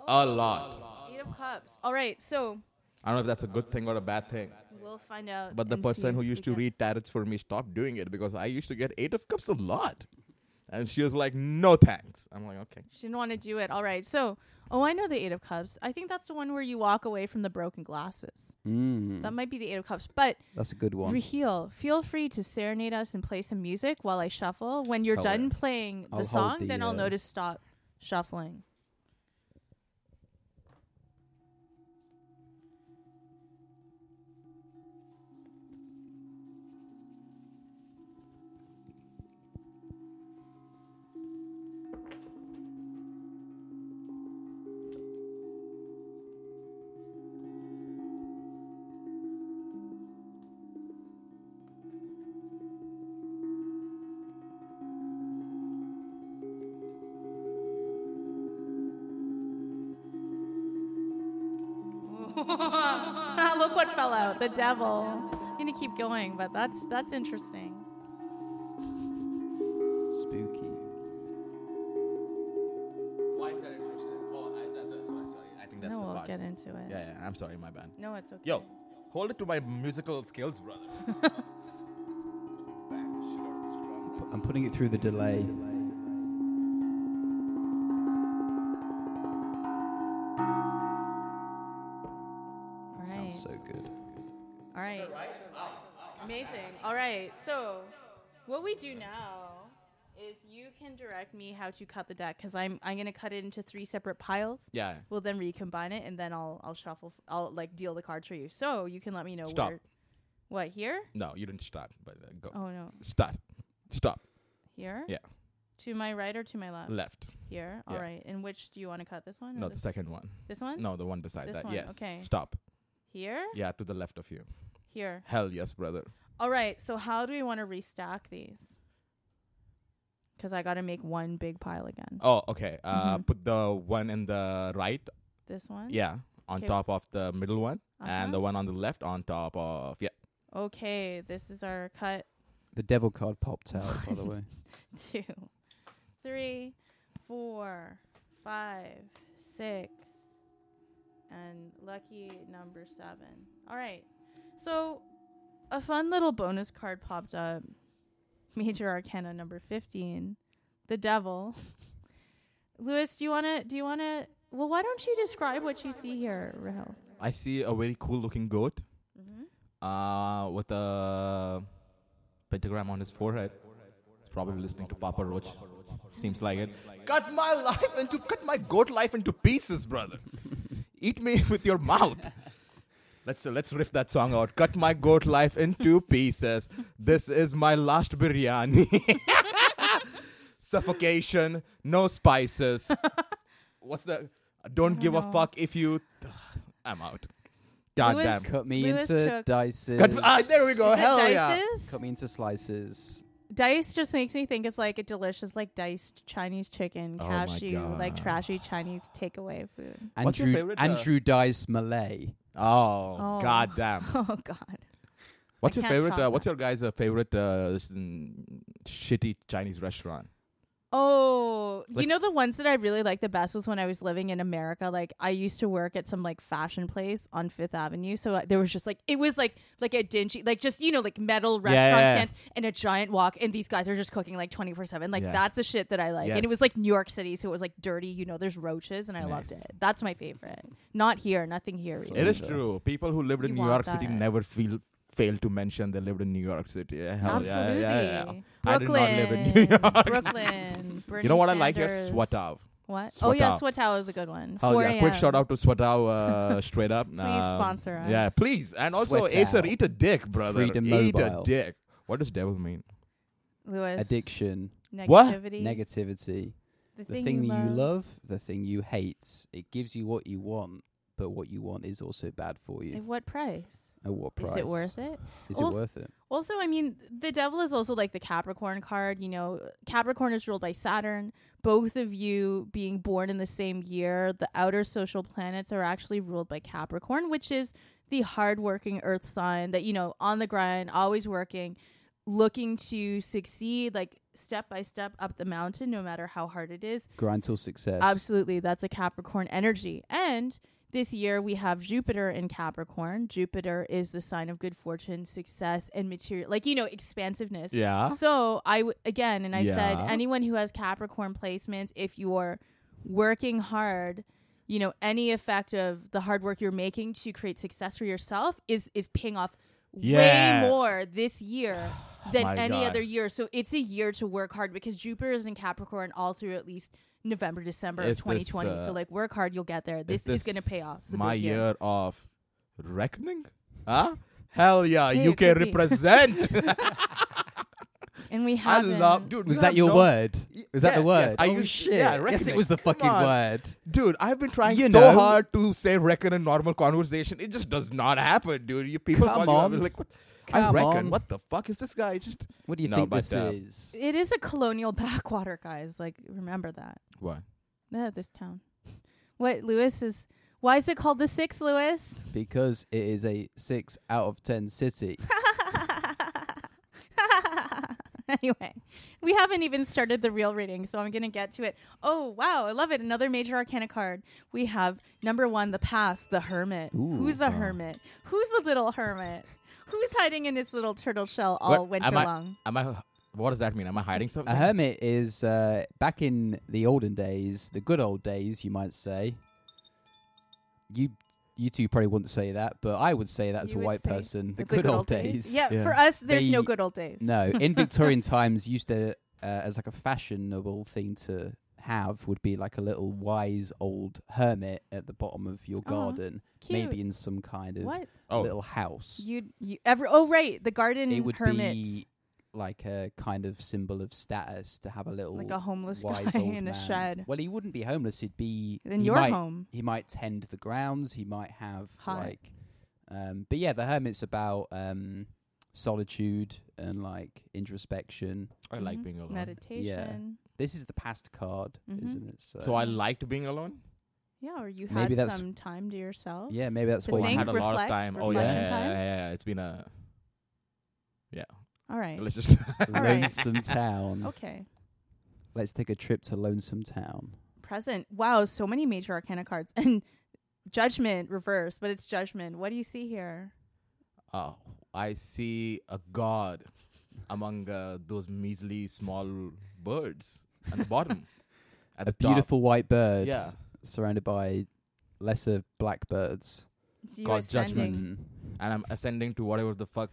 S3: a
S2: Oh.
S3: lot.
S2: Eight of Cups. All right, so
S3: I don't know if that's a good thing or a bad thing.
S2: we'll find out.
S3: But the
S2: and see
S3: person who
S2: if
S3: used
S2: we
S3: to
S2: can-
S3: read tarots for me stopped doing it because I used to get eight of cups a lot. And she was like, no thanks. I'm like, okay.
S2: She didn't want to do it. All right, so oh, I know the Eight of Cups. I think that's the one where you walk away from the broken glasses.
S3: Hmm.
S1: Mm,
S2: That might be the Eight of Cups, but
S1: that's a good one.
S2: Raheel, feel free to serenade us and play some music while I shuffle. When you're
S3: Hell
S2: done
S3: yeah.
S2: playing the
S1: I'll hold
S2: song,
S1: the,
S2: then I'll
S1: uh,
S2: notice stop shuffling. Ah, Look what fell out. The devil. I'm gonna keep going, but that's that's interesting.
S1: Spooky.
S3: Why is that interesting? Oh, is that the, sorry, sorry. I think
S2: No, we'll get into it.
S3: Yeah, yeah, I'm sorry, my bad.
S2: No, it's okay.
S3: Yo, hold it to my musical
S2: [laughs]
S3: skills, brother.
S1: P- I'm putting it through the delay.
S2: All
S1: That
S2: right.
S1: Sounds so good.
S2: All right. Amazing. All right. So, what we do now is you can direct me how to cut the deck because I'm I'm gonna cut it into three separate piles.
S3: yeah.
S2: We'll then recombine it and then I'll I'll shuffle. f- I'll like deal the cards for you. So you can let me know
S3: Stop.
S2: where. What here?
S3: No, you didn't start, but uh, go.
S2: Oh no,
S3: Start. Stop.
S2: here.
S3: Yeah.
S2: To my right or to my left?
S3: Left.
S2: Here. All
S3: Yeah.
S2: right. And which do you want to cut? This one? or
S3: No, the
S2: this,
S3: second one.
S2: this one.
S3: No, the one beside
S2: This
S3: that.
S2: one,
S3: Yes.
S2: okay. [laughs]
S3: Stop.
S2: Here.
S3: Yeah, to the left of you.
S2: Here.
S3: Hell yes, brother.
S2: All right. So how do we want to restack these? Because I got to make one big pile again.
S3: Oh, okay. Uh,
S2: Mhm.
S3: Put the one in the right,
S2: This one.
S3: yeah, on
S2: Mm-hmm. Okay.
S3: top of the middle one,
S2: Uh-huh.
S3: and the one on the left on top of, yeah.
S2: Okay, this is our cut.
S1: The devil card popped out,
S2: [laughs]
S1: by the way.
S2: Two, three, four, five, six, and lucky number seven. All right. So, a fun little bonus card popped up Major Arcana number 15, the devil. [laughs] Lewis, do you want to? Do you want to? Well, why don't you describe what you see here, Rahel?
S3: I see a very cool looking goat uh, with a pentagram on his forehead. He's probably listening to Papa Roach. Seems like it. Cut my life into cut my goat life into pieces, brother. [laughs] Eat me [laughs] with your mouth. Let's uh, let's riff that song out. Cut my goat life into pieces. This is my last biryani. [laughs] Suffocation, no spices. What's the? Don't give
S2: know.
S3: a fuck if you. I'm out. God
S2: Louis-
S3: damn.
S1: Cut me
S2: Lewis
S1: into
S2: took-
S1: dices.
S3: Cut, ah, there we go.
S2: Is it
S3: Hell yeah.
S2: dices?
S1: Cut me into slices.
S2: Dice just makes me think it's like a delicious, like diced Chinese chicken,
S3: Oh my
S2: cashew, like
S3: God.
S2: trashy Chinese takeaway food.
S3: What's your
S1: Andrew
S3: favorite, uh,
S1: Andrew Dice Malay.
S3: Oh,
S2: Oh.
S3: god damn.
S2: [laughs] Oh God,
S3: What's
S2: I
S3: your
S2: can't
S3: favorite?
S2: talk
S3: Uh,
S2: now.
S3: what's your guys' uh, favorite uh, s- mm, shitty Chinese restaurant?
S2: Oh,
S3: Like-
S2: you know the ones that I really liked the best was when I was living in America. Like I used to work at some like fashion place on Fifth Avenue, so uh, there was just like it was like like a dingy, like just you know like metal
S3: Yeah,
S2: restaurant
S3: yeah, yeah.
S2: stands and a giant wok, and these guys are just cooking like twenty four seven. Like
S3: Yeah.
S2: that's the shit that I like. And it
S3: Yes.
S2: was like New York City, so it was like dirty. You know, there's roaches, and I loved
S3: Nice.
S2: it. That's my favorite. Not here, nothing here. Really.
S3: It is
S1: Florida.
S3: true. People who lived in
S2: You
S3: New
S2: want
S3: York City
S2: that.
S3: never feel fail to mention they lived in New York City. Yeah, hell yeah,
S2: Absolutely.
S3: yeah, yeah, yeah. I did
S2: Brooklyn.
S3: not live in New
S2: [laughs]
S3: York.
S2: Brooklyn.
S3: You know what I like here?
S2: Bernie Sanders.
S3: Swatow.
S2: What? Oh yeah,
S3: Swatow.
S2: Swatow is a good one.
S3: Hell
S2: 4
S3: yeah. Quick
S2: a.m..
S3: shout out to
S2: [laughs]
S3: Swatow uh, straight up. Please
S2: sponsor us.
S3: Yeah, please. And also,
S1: Swatow.
S3: Acer, eat a dick, brother.
S1: Freedom
S3: eat
S1: Mobile.
S3: a dick. What does devil mean?
S2: Lewis.
S1: Addiction,
S3: What?
S2: Negativity.
S1: negativity,
S2: the
S1: the thing that you love, the thing you hate. It gives you what you want, but what you want is also bad for
S2: At
S1: you.
S2: what price?
S1: At what price?
S2: Is it worth it?
S1: Is
S2: Also-
S1: it worth it?
S2: Also, I mean, the devil is also like the Capricorn card. You know, Capricorn is ruled by Saturn. Both of you being born in the same year, the outer social planets are actually ruled by Capricorn, which is the hardworking Earth sign that, you know, on the grind, always working. looking to succeed like step by step up the mountain no matter how hard it is
S1: Grind till success.
S2: Absolutely. That's a Capricorn energy. And this year we have Jupiter in Capricorn. Jupiter is the sign of good fortune, success, and material, like, you know, expansiveness.
S3: Yeah.
S2: So I, w- again, and I
S3: Yeah.
S2: said, anyone who has Capricorn placements, if you're working hard, you know, any effect of the hard work you're making to create success for yourself is, is paying off
S3: Yeah.
S2: way more this
S3: [sighs]
S2: year than
S3: My
S2: any
S3: God.
S2: other year. So it's a year to work hard because Jupiter is in Capricorn all through at least November, December of
S3: It's this,
S2: 2020.
S3: uh,
S2: so like work hard, you'll get there. This is, going to pay off. It's a
S3: my
S2: big year.
S3: year of reckoning? Huh? Hell yeah,
S2: Hey, it
S3: UK
S2: [laughs] could be.
S3: represent.
S2: And we
S3: [laughs] I
S2: have
S3: love dude.
S1: Was
S3: we
S1: that
S3: have
S1: your
S3: no-
S1: word?
S3: Y-
S1: Was that the
S3: yeah,
S1: word?
S3: yes, I
S1: oh
S3: used-
S1: shit!
S3: yeah,
S1: yes, it
S3: reckoning.
S1: was the
S3: Come
S1: fucking
S3: on.
S1: word.
S3: Dude, I've been trying
S1: You
S3: so
S1: know.
S3: hard to say reckon in normal conversation. It just does not happen, dude. You people
S1: Come
S3: call you up
S1: on.
S3: and like what? I
S1: Come
S3: reckon.
S1: on.
S3: What the fuck is this guy? It's just
S1: What do you
S3: No,
S1: think
S3: but,
S1: this
S3: uh,
S1: is?
S2: It is a colonial [laughs] backwater, guys. Like remember that.
S3: what?
S2: Yeah, this town. What Lewis is? Why is it called the Six, Lewis? [laughs]
S1: Because it is a six out of ten city.
S2: anyway, we haven't even started the real reading, so I'm going to get to it. Oh, wow. I love it. Another major arcana card. We have number one, the past, the hermit.
S1: Ooh,
S2: Who's the
S3: wow.
S2: hermit? Who's the little hermit? Who's hiding in his little turtle shell all
S3: What?
S2: winter
S3: Am I-
S2: long?
S3: Am I? What does that mean? Am I hiding something?
S1: a hermit is uh, back in the olden days, the good old days, you might say. You you two probably wouldn't say that, but I would say that as a
S2: You would
S1: white
S2: say
S1: person, the, good, old days.
S2: Yeah,
S3: Yeah.
S2: for us, there's
S1: They-
S2: no good old days.
S1: No,
S2: [laughs]
S1: in Victorian times, used to uh, as like a fashionable thing to have would be like a little wise old hermit at the bottom of your
S2: Aw,
S1: garden,
S2: Cute.
S1: maybe in some kind of
S2: What?
S3: Oh,
S1: little house.
S2: You'd, you ever? Oh, right. The garden
S1: it would
S2: hermits.
S1: be like a kind of symbol of status to have a little
S2: like a homeless [laughs] guy
S1: wise old
S2: in a
S1: man.
S2: shed.
S1: Well, he wouldn't be homeless. He'd be
S2: In
S1: he
S2: your
S1: might,
S2: home.
S1: He might tend the grounds. He might have
S2: Hot.
S1: like, um, but yeah, the hermit's about um solitude and like introspection.
S3: I like being alone.
S2: Mm-hmm. Meditation.
S1: This is the past card,
S2: Mhm.
S1: isn't it? So,
S3: So I liked being alone.
S2: Yeah, or you
S1: Maybe
S2: had
S1: that's-
S2: some time to yourself.
S1: yeah, maybe that's
S2: To
S1: why
S3: I
S2: think,
S1: you
S3: had a lot of
S2: reflect,
S3: time. Oh yeah, yeah,
S1: reflection
S3: yeah,
S2: time.
S3: yeah, yeah. It's been a. Yeah.
S2: All right.
S3: Let's just.
S2: right.
S1: Lonesome [laughs] Town.
S2: Okay.
S1: Let's take a trip to Lonesome Town.
S2: Present. Wow, so many major arcana cards. [laughs] And judgment reverse, but it's judgment. What do you see here?
S3: Oh, I see a god among uh, those measly small birds at the
S1: [laughs]
S3: bottom. At
S1: a
S3: the top.
S1: beautiful white bird
S3: Yeah.
S1: surrounded by lesser blackbirds. Hmm.
S2: You
S3: God, judgment.
S2: ascending.
S3: And I'm ascending to whatever the fuck.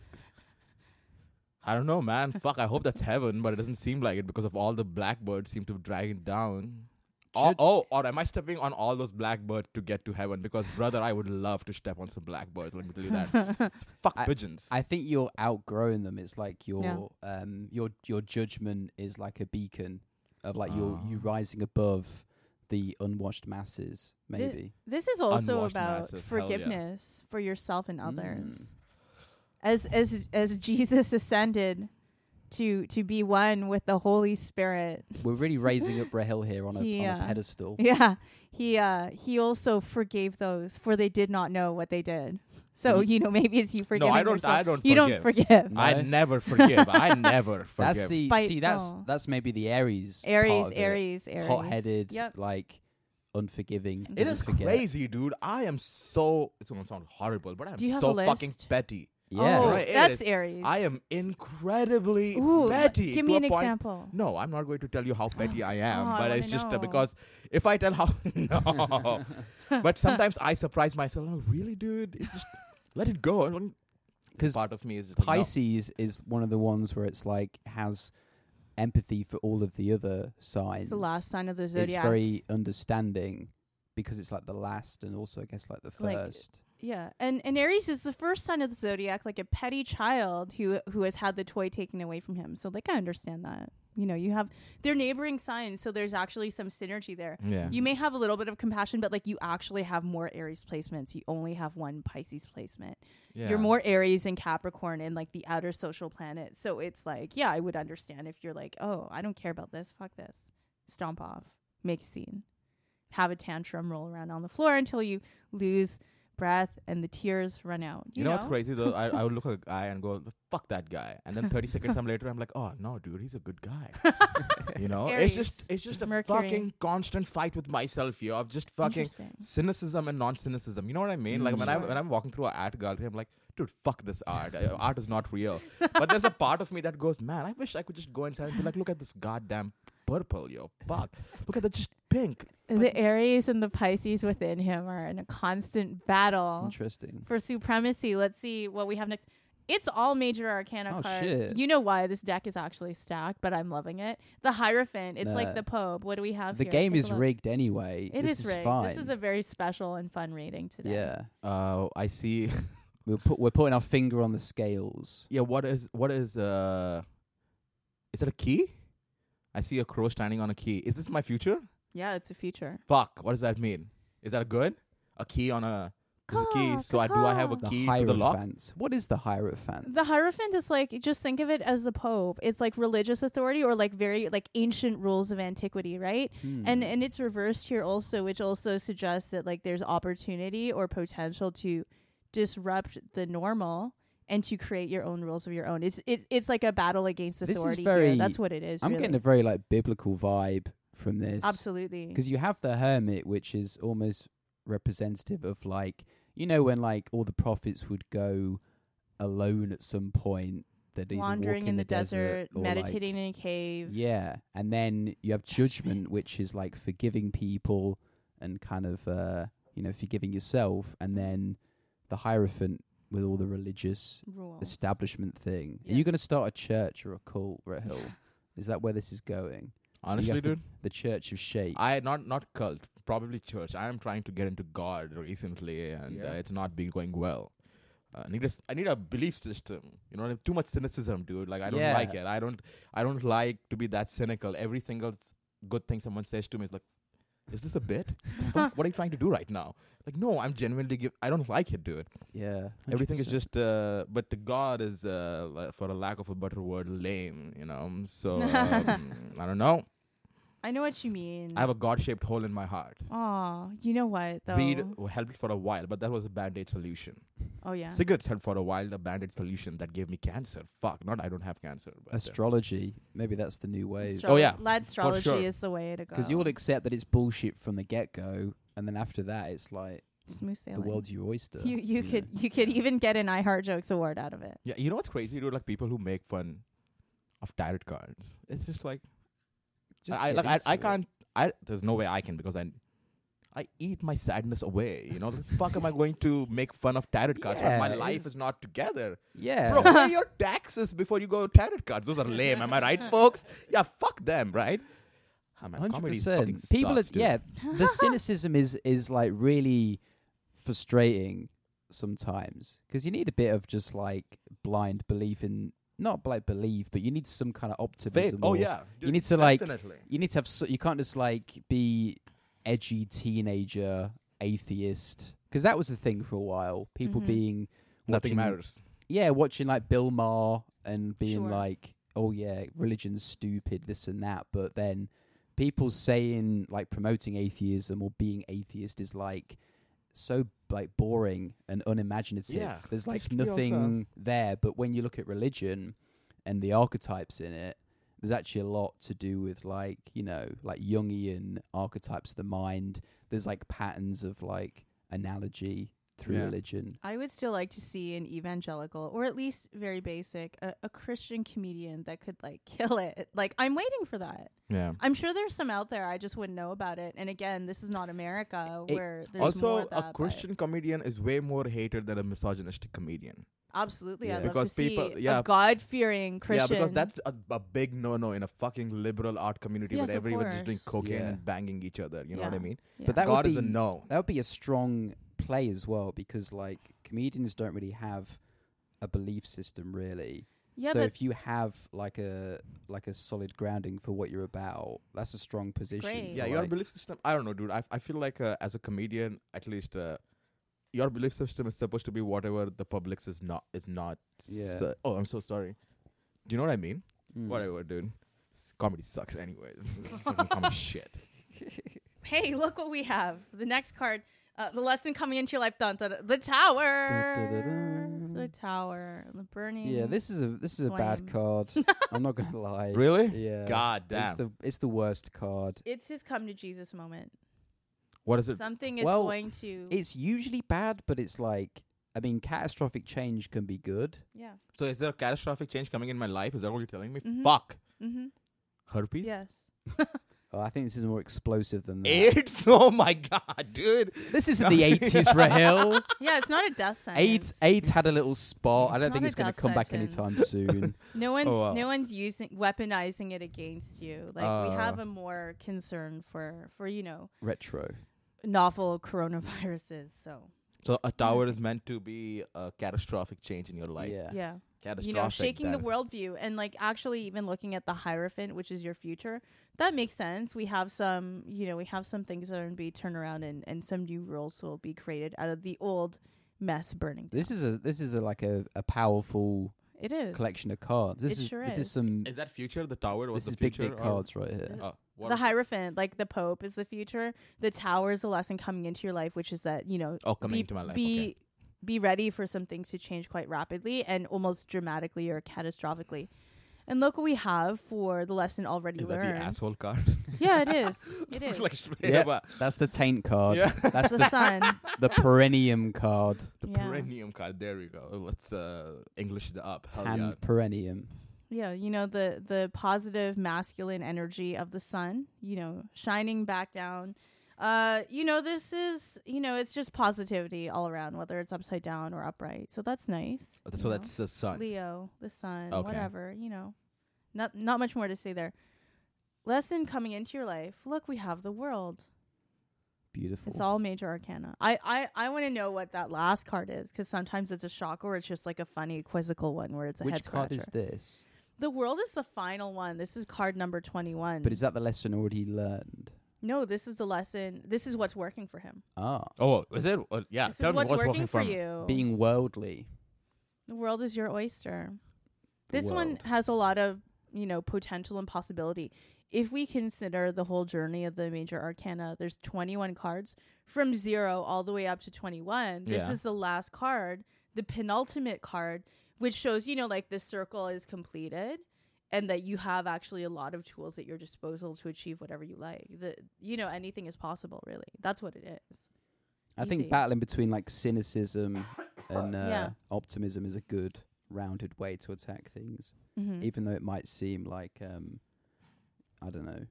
S3: I don't know, man. Fuck, I hope that's heaven, but it doesn't seem like it because of all the blackbirds seem to drag it down. Oh,
S1: Should-
S3: oh, or am I stepping on all those blackbirds to get to heaven? Because, brother, I would love to step on some blackbirds. Let me tell
S1: [laughs]
S3: you that. It's fuck pigeons.
S1: I think you're outgrowing them. It's like your
S2: Yeah.
S1: um your your judgment is like a beacon of like your
S3: Ah.
S1: you rising above the unwashed masses, maybe.
S2: [laughs] This is also
S3: Unwashed
S2: about
S3: masses, hell yeah.
S2: forgiveness for yourself and others.
S1: Mm.
S2: As as as [laughs] Jesus ascended to to be one with the Holy Spirit.
S1: We're really raising up Rahel here on a, on
S2: Yeah.
S1: a pedestal.
S2: Yeah. He uh he also forgave those for they did not know what they did. So,
S1: Mm.
S2: you know, maybe it's you forgive
S3: Mm-hmm. I don't- I don't
S2: You don't
S3: forgive.
S2: forgive.
S1: No?
S3: I never
S1: [laughs]
S3: forgive. I never forgive.
S1: that's the see that's
S2: Spiteful.
S1: that's maybe the Aries part
S2: [laughs] Aries,
S1: of it.
S2: Aries, Aries.
S1: hot-headed
S2: Yep.
S1: like unforgiving.
S2: It
S3: It
S1: doesn't
S3: is
S1: forget.
S3: crazy, dude. I am so. It's gonna sound horrible, but I'm
S2: Do you have
S3: so
S2: a
S3: fucking
S2: list?
S3: petty.
S1: Yeah.
S2: Oh,
S3: Right, it
S2: that's
S3: is.
S2: Aries.
S3: I am incredibly
S2: Ooh,
S3: petty.
S2: Give
S3: to
S2: me
S3: a
S2: an
S3: point-
S2: example.
S3: No, I'm not going to tell you how petty I am,
S2: Oh, I
S3: but
S2: wanna
S3: it's just uh,
S2: know.
S3: because if I tell how,
S2: [laughs]
S3: [laughs] no. but sometimes I surprise myself. Oh, really, dude? It's just let it go. I don't-
S1: 'Cause
S3: part of me is just like, oh. no.
S1: Pisces is one of the ones where it's like has empathy for all of the other signs.
S2: It's the last sign of the
S1: it's
S2: zodiac.
S1: very understanding because it's like the last and also I guess like the
S2: Like,
S1: first.
S2: yeah, and and Aries is the first sign of the zodiac, like a petty child who who has had the toy taken away from him. So like I understand that. You know, you have they're neighboring signs, so there's actually some synergy there.
S3: Yeah.
S2: You may have a little bit of compassion, but like you actually have more Aries placements. You only have one Pisces placement.
S3: Yeah.
S2: You're more Aries and Capricorn and like the outer social planet. So it's like, yeah, I would understand if you're like, oh, I don't care about this. Fuck this. Stomp off. Make a scene. Have a tantrum, roll around on the floor until you lose breath and the tears run out. You,
S3: You know what's crazy though? I, I would look at a guy and go, "Fuck that guy," and then 30 seconds I'm later, I'm like, "Oh no, dude, he's a good guy." you know, it's just
S2: Aries.
S3: it's just a
S2: Mercury.
S3: fucking constant fight with myself here of just fucking
S2: Interesting.
S3: cynicism and non-cynicism. You know what I mean? Like
S1: Mm.
S3: when I
S2: Sure.
S3: when I'm walking through an art gallery, I'm like, "Dude, fuck this art. Uh, art is not real." But there's a part of me that goes, "Man, I wish I could just go inside and be like, look at this goddamn purple, yo, fuck. Look at that, just pink."
S2: The Aries and the Pisces within him are in a constant battle
S1: Interesting.
S2: for supremacy. Let's see what we have next. It's all major arcana
S1: Oh,
S2: cards.
S1: shit.
S2: You know why this deck is actually stacked, but I'm loving it. The Hierophant, it's
S1: Nah.
S2: like the Pope. What do we have
S1: The
S2: here?
S1: game
S2: Take a
S1: is
S2: look.
S1: rigged anyway.
S2: It
S1: this
S2: is rigged.
S1: Fine.
S2: This is a very special and fun reading today.
S1: yeah.
S3: Uh, I see.
S1: We're put, we're putting our finger on the scales.
S3: yeah what is what is uh is that a key i see a crow standing on a key is this my future
S2: Yeah, it's a feature.
S3: fuck what does that mean is that good a key on a there's a key
S2: Caw,
S3: so I, do i have a
S2: caw.
S1: The
S3: key to the lock
S1: hierophant. what is the hierophant?
S2: The Hierophant is like just think of it as the Pope. It's like religious authority or like very like ancient rules of antiquity, right?
S1: Hmm.
S2: And and it's reversed here also, which also suggests that like there's opportunity or potential to disrupt the normal and to create your own rules of your own. It's it's it's like a battle against
S1: This is
S2: authority
S1: very-
S2: here. That's what it is.
S1: I'm
S2: really.
S1: getting a very like biblical vibe from this.
S2: absolutely.
S1: Because you have the hermit, which is almost representative of like you know when like all the prophets would go alone at some point. They'd either walk
S2: Wandering in the, desert,
S1: or, like-
S2: meditating in a cave.
S1: yeah, and then you have judgment,
S2: Judgment.
S1: which is like forgiving people and kind of uh, you know forgiving yourself, and then the hierophant with all the religious
S2: Rules.
S1: establishment thing. Are you
S2: Yes.
S1: going to start a church or a cult, Red Hill? Is that where this is going?
S3: honestly
S1: have to-
S3: dude
S1: The Church of Shape.
S3: i not not cult probably church i am trying to get into god recently and
S1: Yeah.
S3: uh, it's not been going well uh, I need a s I need a belief system. You know, too much cynicism, dude. Like I don't
S1: Yeah.
S3: like it. I don't. I don't like to be that cynical. Every single s- good thing someone says to me is like, "Is this a bit? [laughs] Fuck, what are you trying to do right now? Like, no, I'm genuinely give. I don't like it, dude.
S1: yeah,
S3: Everything is
S1: 100%.
S3: just. Uh, but the God is, uh, li- for a lack of a better word, lame. You know.
S1: [laughs]
S3: So um, I don't know.
S2: I know what you mean.
S3: I have a God-shaped hole in my heart.
S2: Oh, you know what though?
S3: Weed w- helped for a while, but that was a band-aid solution.
S2: oh yeah.
S3: Cigarettes helped for a while, a band-aid solution that gave me cancer. Fuck, not I don't have cancer. But uh,
S1: astrology. Maybe that's the new way.
S2: Astrolo-
S3: Oh, yeah,
S2: lead astrology
S3: sure.
S2: is the way to go.
S1: Because you all accept that it's bullshit from the get go, and then after that, it's like
S2: smooth sailing.
S1: the world's your oyster.
S2: you you
S1: know?
S2: could you could even get an I Heart Jokes award out of it.
S3: yeah, you know what's crazy, dude? Like people who make fun of tarot cards. It's just like
S1: Just
S3: I
S1: get
S3: like I,
S1: into
S3: I
S1: it.
S3: can't I there's no way I can because I I eat my sadness away. You
S1: [laughs]
S3: know, the fuck am I going to make fun of tarot cards when my
S1: Yeah,
S3: life
S1: it's-
S3: is not together?
S1: Yeah,
S3: Bro, pay your taxes before you go tarot cards. Those are lame. am I right, folks? Yeah, fuck them, right? Ah, man,
S1: hundred
S3: comedy fucking
S1: percent. People,
S3: sucks,
S1: is,
S3: dude.
S1: yeah, the cynicism is is like really frustrating sometimes because you need a bit of just like blind belief in not like belief, but you need some kind of
S3: Faith.
S1: optimism.
S3: Oh
S1: or-
S3: yeah,
S1: you
S3: dude,
S1: need to, like-
S3: definitely.
S1: you need to have so, you can't just like be edgy teenager atheist. 'Cause that was the thing for a while people
S2: Mhm.
S1: being watching-
S3: nothing matters.
S1: yeah watching like bill maher and being
S2: Sure.
S1: like oh yeah religion's stupid this and that but then people saying like promoting atheism or being atheist is like so like boring and unimaginative
S3: Yeah,
S1: there's like
S3: just be uh,
S1: nothing
S3: yourself.
S1: there but when you look at religion and the archetypes in it there's actually a lot to do with like you know like jungian archetypes of the mind there's like patterns of like analogy through
S3: Yeah.
S1: religion
S2: I would still like to see an evangelical or at least very basic a, a Christian comedian that could like [laughs] kill it. Like I'm waiting for that.
S3: Yeah.
S2: I'm sure there's some out there I just wouldn't know about it. And again, this is not America
S1: It-
S2: where there's more
S3: also,
S2: of that,
S3: a
S2: but
S3: Christian comedian is way more hated than a misogynistic comedian.
S2: Absolutely,
S1: Yeah.
S2: I'd love
S3: Because
S2: to
S3: people-
S2: see
S3: yeah.
S2: a God-fearing
S3: Yeah,
S2: Christian.
S3: because that's a, a big no-no in a fucking liberal art community
S2: Yes,
S3: where
S2: of
S3: everyone just doing
S2: course.
S3: cocaine
S1: Yeah.
S3: and banging each other. You know what I
S2: Yeah.
S3: mean?
S1: But that
S3: God
S1: would
S3: is a
S1: be-
S3: no.
S1: that would be a strong play as well because like comedians don't really have a belief system really
S2: yeah,
S1: so
S2: but
S1: if you have like a like a solid grounding for what you're about that's a strong position
S2: great.
S1: for,
S3: Yeah, your
S1: like-
S3: belief system. I don't know, dude. I, I feel like uh, as a comedian, at least, uh, your belief system is supposed to be whatever the public's is not. Is not.
S1: Yeah.
S3: s- oh, I'm so sorry. Do you know what I mean?
S1: Mm.
S3: Whatever, dude. Comedy sucks,
S2: [laughs]
S3: anyways. Fucking comedy shit.
S2: hey, look what we have. The next card, Uh, the lesson coming into your life. Dun, dun, dun, the tower. The tower. The burning.
S1: Yeah, this is a this is a bad
S2: Flame. [laughs]
S1: card. I'm not gonna lie.
S3: Really?
S1: Yeah.
S3: God
S1: It's
S3: damn.
S1: the it's the worst card.
S2: It's his come to Jesus moment.
S3: what is it?
S2: Something is
S1: well,
S2: going to.
S1: It's usually bad, but it's like I mean, catastrophic change can be good.
S2: yeah.
S3: So is there a catastrophic change coming in my life? Is that what you're telling me?
S2: Mhm.
S3: Fuck.
S2: Mm-hmm.
S3: Herpes?
S2: Yes.
S1: Oh, I think this is more explosive than that.
S3: AIDS? [laughs] Oh my god, dude.
S1: This
S3: [laughs]
S1: isn't the eighties, Rahil.
S2: Yeah, it's not a death
S1: [laughs] AIDS
S2: sentence.
S1: AIDS had a little spot. I
S2: It's
S1: don't think
S2: not a
S1: it's gonna
S2: death
S1: come back
S2: sentence.
S1: anytime
S2: [laughs]
S1: soon.
S2: No one's
S1: Oh,
S3: wow.
S2: no one's using weaponizing it against you. Like we
S3: Uh.
S2: have a more concern for for you know
S1: Retro.
S2: novel coronaviruses. So
S3: So a tower is meant to be a catastrophic change in your life.
S1: yeah.
S2: yeah.
S3: Catastrophic.
S2: you know, shaking the
S3: damn.
S2: worldview and like actually even looking at the Hierophant, which is your future, that makes sense. We have some, you know, we have some things that are going to be turned around and, and some new rules will be created out of the old mess burning. down.
S1: This is a this is a like a, a powerful
S2: it is.
S1: collection of cards. This
S2: It
S1: is
S2: sure
S1: this
S2: is.
S1: is some
S3: Is that future? The tower was
S1: this
S3: the
S1: is big
S3: future
S1: big
S3: or-
S1: cards right here.
S3: Uh, what
S2: The
S3: was it?
S2: Hierophant, like the Pope, is the future. The Tower is a lesson coming into your life, which is that, you know,
S3: Oh, coming
S2: be,
S3: into my life.
S2: Be,
S3: okay.
S2: be ready for some things to change quite rapidly and almost dramatically or catastrophically. And look what we have for the lesson already
S3: Is that
S2: learned.
S3: the asshole card?
S2: [laughs]
S3: [laughs]
S2: Yeah, it is. It
S3: Looks
S2: is.
S3: like straight
S1: Yeah.
S3: up uh, a-
S1: That's the taint card.
S3: Yeah.
S1: [laughs] That's
S2: [laughs] the
S1: the,
S3: [laughs]
S2: sun.
S1: the perennium card.
S3: the
S2: Yeah.
S3: perennium card. There we go. Let's uh, English it up. Hell
S1: Tan
S3: yeah.
S1: perennium.
S2: Yeah, you know the the positive masculine energy of the sun, you know, shining back down. Uh, you know, this is you know, it's just positivity all around, whether it's upside down or upright. So that's nice.
S3: So
S2: you know.
S3: that's the sun.
S2: Leo, the sun,
S3: Okay.
S2: whatever, you know. Not not much more to say there. Lesson coming into your life. Look, we have the world.
S1: Beautiful.
S2: It's all major arcana. I I, I want to know what that last card is because sometimes it's a shock or it's just like a funny quizzical one where it's a head
S1: Which card
S2: scratcher.
S1: is this?
S2: The world is the final one. This is card number 21.
S1: But is that the lesson already learned?
S2: no, this is the lesson. This is what's working for him.
S1: Ah,
S3: Oh, is it? Uh, yeah.
S2: this
S3: tell
S2: is
S3: me
S2: what's, working, for
S3: me.
S2: you.
S1: being worldly.
S2: the world is your oyster. This one
S1: world.
S2: has a lot of, you know, potential and possibility. If we consider the whole journey of the major arcana, there's 21 cards from 0 all the way up to 21. This
S3: Yeah.
S2: is the last card, the penultimate card, which shows, you know, like this circle is completed and that you have actually a lot of tools at your disposal to achieve whatever you like. The you know, anything is possible, really. That's what it is.
S1: I think
S2: Easy.
S1: battling between like cynicism and uh,
S2: Yeah.
S1: optimism is a good rounded way to attack things,
S3: Mm-hmm.
S2: Mhm.
S1: even though it might seem like um, I don't know.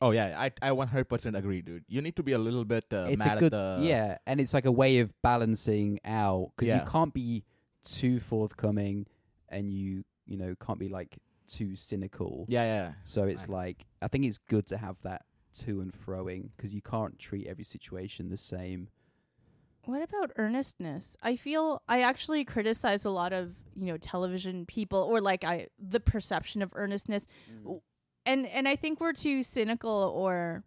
S3: Oh yeah, I I 100% agree, dude. You need to be a little bit uh,
S1: it's
S3: mad
S1: a good
S3: at the
S1: yeah, and it's like a way of balancing out because
S3: Yeah.
S1: you can't be too forthcoming, and you you know can't be like too cynical.
S3: yeah yeah.
S1: So it's
S3: Right.
S1: like I think it's good to have that to and froing because you can't treat every situation the same.
S2: What about earnestness? I feel I actually criticize a lot of, you know, television people or like I the perception of earnestness.
S3: Mm.
S2: W- And and I think we're too cynical or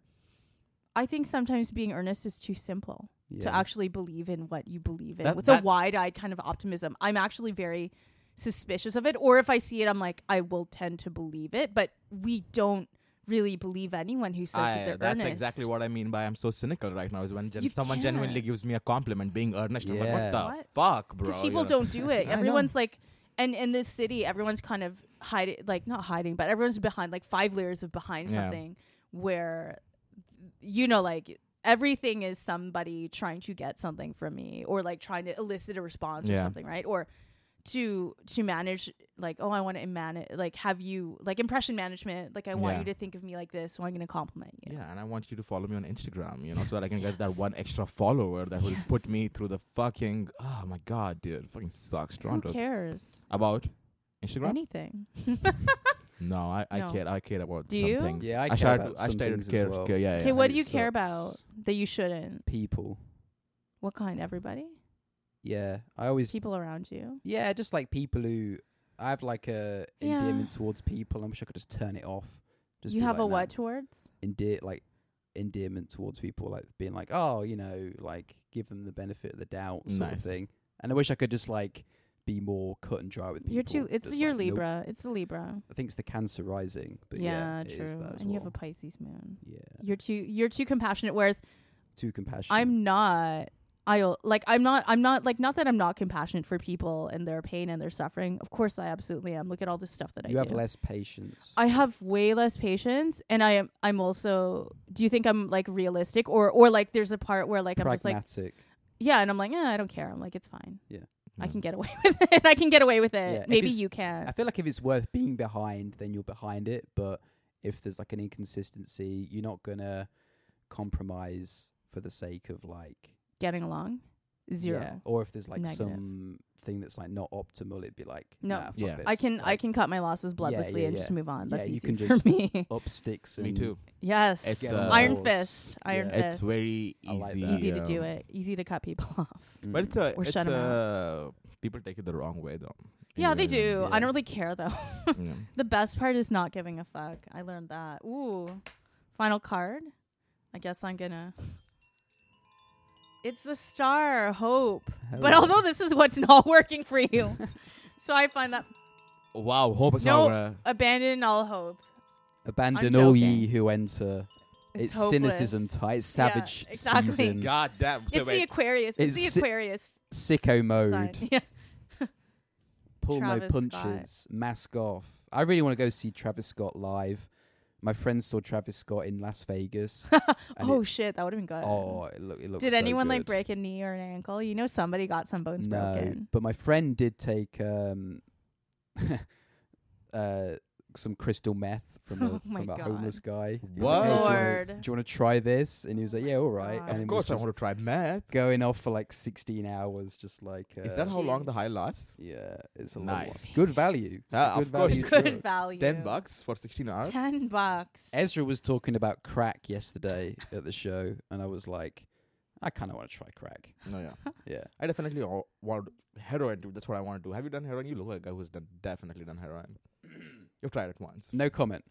S2: I think sometimes being earnest is too simple to
S1: Yeah.
S2: actually believe in what you believe in
S3: That-
S2: with a
S3: that-
S2: wide-eyed kind of optimism. I'm actually very suspicious of it or if I see it I'm like I will tend to believe it, but we don't really believe anyone who says
S3: I,
S2: that they're
S3: that's
S2: earnest.
S3: exactly what I mean by I'm so cynical right now. Is when gen-
S2: You
S3: someone genuinely
S2: can't.
S3: gives me a compliment, being earnest. I'm like,
S1: Yeah.
S3: what the fuck, bro?
S2: because people
S3: You know?
S2: don't do it.
S3: [laughs] I know.
S2: Everyone's like, and in this city, everyone's kind of hiding, like not hiding, but everyone's behind like five layers of behind
S3: Yeah.
S2: something where, you know, like everything is somebody trying to get something from me or like trying to elicit a response or
S3: Yeah.
S2: something, right? Or to to manage like oh i want to manage like have you like impression management like i want
S3: Yeah.
S2: you to think of me like this so i'm going to compliment you
S3: Yeah, and I want you to follow me on Instagram, you know, so that I can get that
S2: Yes.
S3: one extra follower that will
S2: Yes.
S3: put me through the fucking. Oh my god, dude, fucking sucks,
S2: who
S3: Toronto.
S2: cares
S3: About Instagram?
S2: anything [laughs]
S3: No, I, I
S2: No.
S3: care. I care about
S2: Do
S3: some
S2: you?
S3: things.
S1: Yeah, I care
S3: started.
S1: about
S3: I
S1: some
S3: started
S1: things
S3: to
S1: as
S3: care.
S1: well.
S3: care- Yeah, yeah.
S2: okay what
S1: and it
S2: do you care
S1: sucks.
S2: about that you shouldn't
S1: People,
S2: what kind everybody
S1: yeah, I always
S2: people around you.
S1: yeah, just like people who I have like a
S2: Yeah.
S1: endearment towards people. I wish I could just turn it off. Just
S2: you
S1: be
S2: have
S1: like,
S2: a
S1: "No."
S2: what towards?
S1: endear like endearment towards people, like being like, oh, you know, like give them the benefit of the doubt sort
S3: Nice.
S1: of thing. And I wish I could just like be more cut and dry with people.
S2: You're too. It's
S1: Just
S2: your
S1: like, nope.
S2: Libra. It's the Libra.
S1: I think it's the Cancer rising. But yeah,
S2: yeah,
S1: it is
S2: true. And
S1: that as
S2: you have a
S1: well.
S2: Pisces moon.
S1: yeah,
S2: You're too. You're too compassionate. Whereas
S1: too compassionate.
S2: I'm not. I'll like I'm not I'm not like not that I'm not compassionate for people and their pain and their suffering. Of course I absolutely am. Look at all this stuff that
S1: you
S2: I
S1: have
S2: do.
S1: less patience.
S2: I have way less patience and I am I'm also do you think I'm like realistic or or like there's a part where like I'm just like
S1: Pragmatic.
S2: yeah and I'm like, "Yeah, I don't care." I'm like, "It's fine. I
S3: Mm.
S2: can get away [laughs] with it. I can get away with it.
S1: Hmm. Yeah, if
S2: Maybe
S1: it's-
S2: you can."
S1: I feel like if it's worth being behind, then you're behind it. But if there's like an inconsistency, you're not gonna compromise for the sake of like
S2: Getting along? Zero.
S1: Yeah. Or if there's like
S2: Negative.
S1: some thing that's like not optimal, it'd be like
S2: No.
S1: nah, fuck
S3: Yeah.
S1: this.
S2: I can I
S1: Like,
S2: can cut my losses bloodlessly
S1: yeah,
S2: and just
S1: yeah.
S2: move on.
S1: Yeah,
S2: That's
S1: you
S2: easy
S1: can
S2: for
S1: just-
S2: me. [laughs]
S1: up sticks.
S3: Me
S1: and
S3: too.
S2: yes.
S3: It's,
S1: get on
S3: uh,
S1: the
S2: Iron
S1: horse.
S2: fist. Iron
S1: Yeah.
S2: fist.
S3: It's very
S1: I
S3: easy.
S1: like that.
S2: easy to do
S3: um,
S2: it. Easy to cut people [laughs] off.
S1: mm.
S3: But it's uh, a
S2: Or
S3: it's
S2: shut 'em
S3: a people take it the wrong way though.
S2: Yeah, they
S3: Anyway,
S2: do.
S1: yeah.
S2: I don't really care though. [laughs]
S3: [laughs] yeah.
S2: the best part is not giving a fuck. I learned that. Ooh. Final card. I guess I'm gonna It's the star, hope. But although this is what's [laughs] not working
S1: [laughs]
S2: for you. so I find that
S3: Wow, hope it's
S2: No.
S3: not gonna-
S2: abandon all hope.
S1: abandon
S2: I'm
S1: all ye
S2: joking.
S1: who enter. It's,
S2: hopeless.
S1: cynicism tight. It's
S2: Yeah,
S1: savage
S2: exactly.
S3: [laughs]
S1: season.
S3: God damn. so
S2: It's the
S3: wait,
S2: Aquarius. It's,
S1: It's si- Oh.
S2: the Aquarius
S1: Sicko [laughs]
S2: sign. [laughs]
S1: mode.
S2: Yeah.
S1: Pull no
S2: Travis Scott.
S1: punches. Mask off. I really want to go see Travis Scott live. My friend saw Travis Scott in Las
S2: [laughs]
S1: Vegas. and
S2: Oh
S1: it,
S2: shit, that would have been good.
S1: oh, it, look, it looks.
S2: Did
S1: so
S2: anyone like
S1: good.
S2: break a knee or an ankle? You know somebody got some bones
S1: no,
S2: broken.
S1: but my friend did take um, [laughs] uh, some crystal meth from a,
S2: [laughs] Oh my
S1: from a
S2: God.
S1: homeless guy. He was Like, "Hey,
S3: What?
S1: do you wanna-
S2: Lord. Oh
S1: do you want to try this? And he was like,
S2: my
S1: Yeah, all right.
S2: God.
S1: And
S3: Of
S1: it was
S3: course, I
S1: just
S3: want to try meth.
S1: going off for like 16 hours, just like. Uh,
S3: Is that how long
S2: Jeez.
S3: the high lasts?
S1: Yeah, it's a
S3: Nice.
S1: nice. Good value. It's a
S3: Ah,
S1: good
S3: of course.
S1: value
S3: Good
S1: drug.
S2: Good value.
S3: Ten bucks for sixteen hours.
S2: Ten bucks.
S1: Ezra was talking about crack yesterday at the show, and I was like, I kind of want to try crack.
S3: No, yeah.
S1: Yeah.
S3: I definitely all- want heroin. Dude. That's what I want to do. Have you done heroin? You look like a guy who's done, definitely done [clears throat] heroin. You've tried it once.
S1: No comment.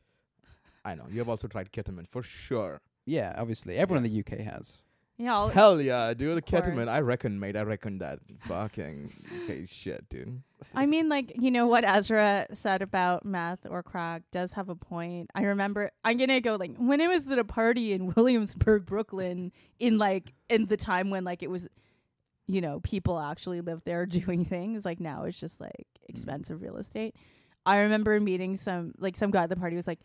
S3: I know. You have also tried ketamine for sure.
S1: Yeah, obviously. Everyone in the UK has.
S2: Yeah. I'll-
S3: Hell yeah, dude. The
S2: Of
S3: ketamine. I
S2: Oh, course.
S3: reckon, mate. I reckon that
S2: [laughs]
S3: fucking okay, shit, dude.
S2: I mean, like you know what Ezra said about meth or crack does have a point. I remember I'm gonna go like when I was at a party in [laughs] Williamsburg, Brooklyn, in like in the time when like it was, you know, people actually lived there [laughs] doing things. Like now it's just like expensive real estate. I remember meeting some like some guy at the party was like,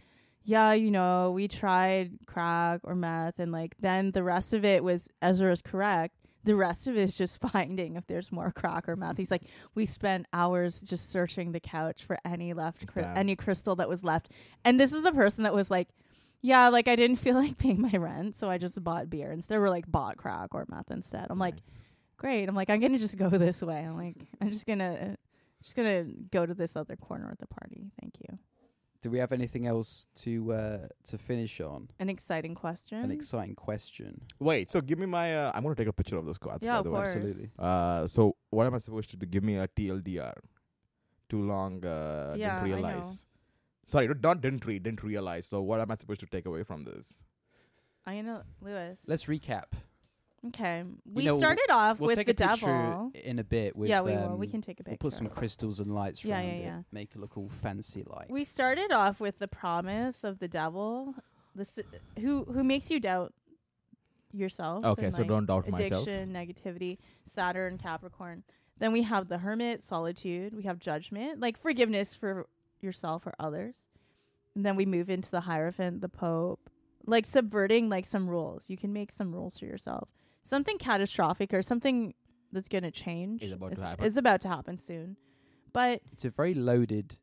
S2: yeah, you know, we tried crack or meth, and like then the rest of it was Ezra's correct. The rest of it is just [laughs] finding if there's more crack or meth. He's like, we spent hours just searching the couch for any left, cry-
S3: Damn.
S2: any crystal that was left. And this is the person that was like, yeah, like I didn't feel [laughs] like paying my rent, so I just bought beer instead. We're like bought crack or meth instead. I'm like,
S3: Nice.
S2: great. I'm like, I'm gonna just go [laughs] this way. I'm like, I'm just gonna, just gonna go to this other corner of the party. Thank you.
S1: Do we have anything else to uh, to finish on?
S2: An exciting question.
S1: An exciting question.
S3: Wait. So give me my. Uh, I'm gonna take a picture of those cards.
S2: yeah,
S3: by
S2: of
S3: the
S2: course.
S3: way.
S1: Absolutely.
S3: Uh, so what am I supposed to do? Give me a TLDR. Too long. Uh,
S2: Yeah, I know.
S3: didn't realize. Sorry, not- not didn't read, didn't realize. So what am I supposed to take away from this?
S2: I know Lewis.
S1: Let's recap.
S2: okay, we
S1: know,
S2: started off
S1: We'll
S2: with
S1: take
S2: the
S1: a picture
S2: devil.
S1: in a bit. With,
S2: yeah, we will.
S1: um,
S2: We can take a
S1: We'll
S2: picture.
S1: put some crystals and lights
S2: Yeah,
S1: around
S2: yeah,
S1: it.
S2: yeah.
S1: Make it look all fancy like.
S2: we started off with the promise of the devil, this who who makes you doubt yourself.
S3: Okay,
S2: and,
S3: so
S2: like,
S3: don't doubt myself.
S2: addiction, negativity, Saturn, Capricorn. Then we have the hermit, solitude. We have judgment, like forgiveness for yourself or others. And then we move into the Hierophant, the Pope, like subverting like some rules. You can make some rules for yourself. Something catastrophic or something that's going to change
S3: Is about to happen.
S2: is about to happen soon. But
S1: It's a very loaded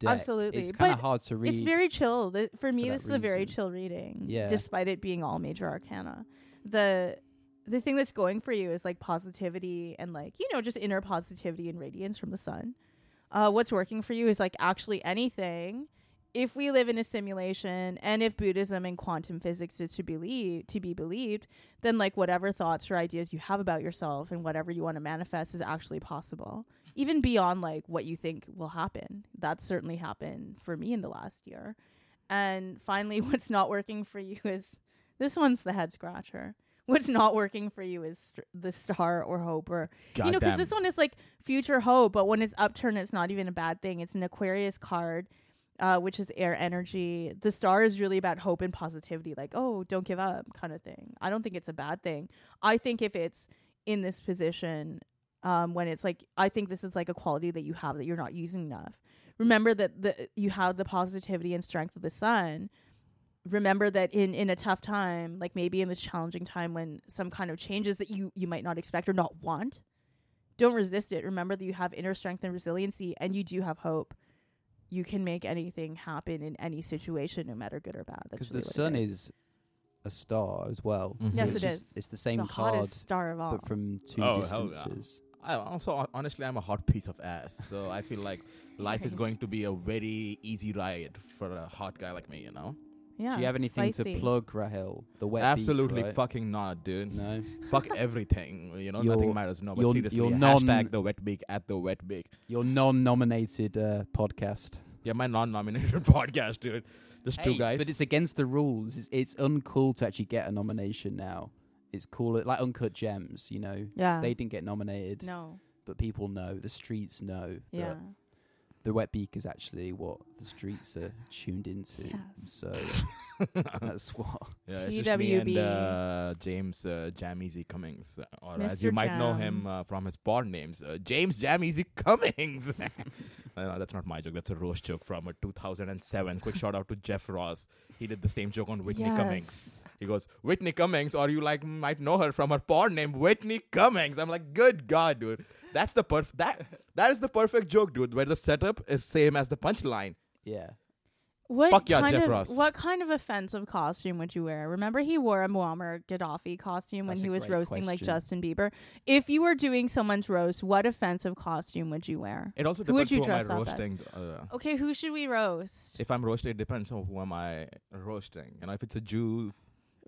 S1: deck.
S2: Absolutely,
S1: It's kind of
S2: but
S1: hard to read.
S2: it's very chill. Th- For me,
S1: that
S2: this is a very
S1: reason.
S2: chill reading.
S1: Yeah.
S2: Despite it being all major arcana, the the thing that's going for you is like positivity and like you know just inner positivity and radiance from the sun. Uh, what's working for you is like actually anything. If we live in a simulation, and if Buddhism and quantum physics is to believe to be believed, then like whatever thoughts or ideas you have about yourself and whatever you want to manifest is actually possible even beyond like what you think will happen. That's certainly happened for me in the last year. And finally, [laughs] what's not working for you is this one's the head scratcher. What's not working for you is st- the star or hope or you know because
S3: Goddamn.
S2: this one is like future hope, but when it's upturn, it's not even a bad thing. It's an Aquarius card. Uh, which is air energy. The star is really about hope and positivity, like, oh, don't give up, kind of thing. I don't think it's a bad thing. I think if it's in this position um, when it's like I think this is like a quality that you have that you're not using enough. Remember that the you have the positivity and strength of the sun. Remember that in in a tough time, like maybe in this challenging time when some kind of changes that you you might not expect or not want, don't resist it. Remember that you have inner strength and resiliency, and you do have hope. You can make anything happen in any situation, no matter good or bad. That's
S1: because
S2: really
S1: the
S2: what it
S1: sun is. a star as well.
S3: Mhm. Yes,
S1: it's
S2: it
S1: just-
S2: is.
S1: It's the same
S2: the
S1: card,
S2: hottest star of all.
S1: but from two
S3: Oh, hell yeah.
S1: distances.
S3: I also hon- honestly I'm a hot piece of ass, so I feel
S2: [laughs]
S3: like life is
S2: Nice.
S3: going to be a very easy ride for a hot guy like me. You know,
S2: yeah,
S1: Do you have anything
S2: spicy.
S1: to plug, Rahel? The wet beak,
S3: absolutely
S1: right?
S3: fucking not, dude.
S1: No,
S3: Fuck everything. You know,
S1: Your-
S3: nothing matters. No, but
S1: your-
S3: seriously,
S1: your non-
S3: hashtag the wet beak at the wet beak.
S1: your non-nominated uh, podcast.
S3: Yeah, my non-nominated [laughs] podcast, dude. Just two
S1: Hey,
S3: guys.
S1: But it's against the rules. It's, it's uncool to actually get a nomination now. It's cool, like Uncut Gems. You know,
S2: Yeah.
S1: they didn't get nominated,
S2: no.
S1: but people know. The streets know. that
S2: Yeah.
S1: the wet beak is actually what the streets are tuned into.
S2: Yes. [laughs]
S1: So that's what.
S3: [laughs] Yeah, it's just me and
S2: TWB.
S3: uh, James uh, Jameezy Cummings, uh, or as you
S2: Mr.
S3: might know
S2: Jam.
S3: him uh, from his porn names, uh, James Jameezy [laughs] Cummings. no, no, that's not my joke. That's a roast joke from uh, 2007. Quick shout out to Jeff Ross. He did the same joke on Whitney Cummings.
S2: Yes.
S3: He goes, Whitney Cummings, or you like might know her from her porn name, Whitney Cummings. I'm like, good god, dude. That's the perf that that is the perfect joke, dude. Where the setup is same as the punchline.
S1: Yeah.
S2: What
S3: Fuck yeah,
S2: kind
S3: Jeff
S2: of,
S3: Ross.
S2: What kind of offensive costume would you wear? Remember, he wore a Muammar Gaddafi costume when
S1: That's
S2: he
S1: a
S2: was
S1: great
S2: roasting like
S1: question.
S2: Justin Bieber. If you were doing someone's roast, what offensive costume would you wear?
S3: It also
S2: Who would
S3: depends
S2: you
S3: who am
S2: dress
S3: I
S2: up as?
S3: roasting. uh,
S2: Okay, who should we roast?
S3: if I'm roasting, it depends on who am I roasting. You know, if it's a Jew,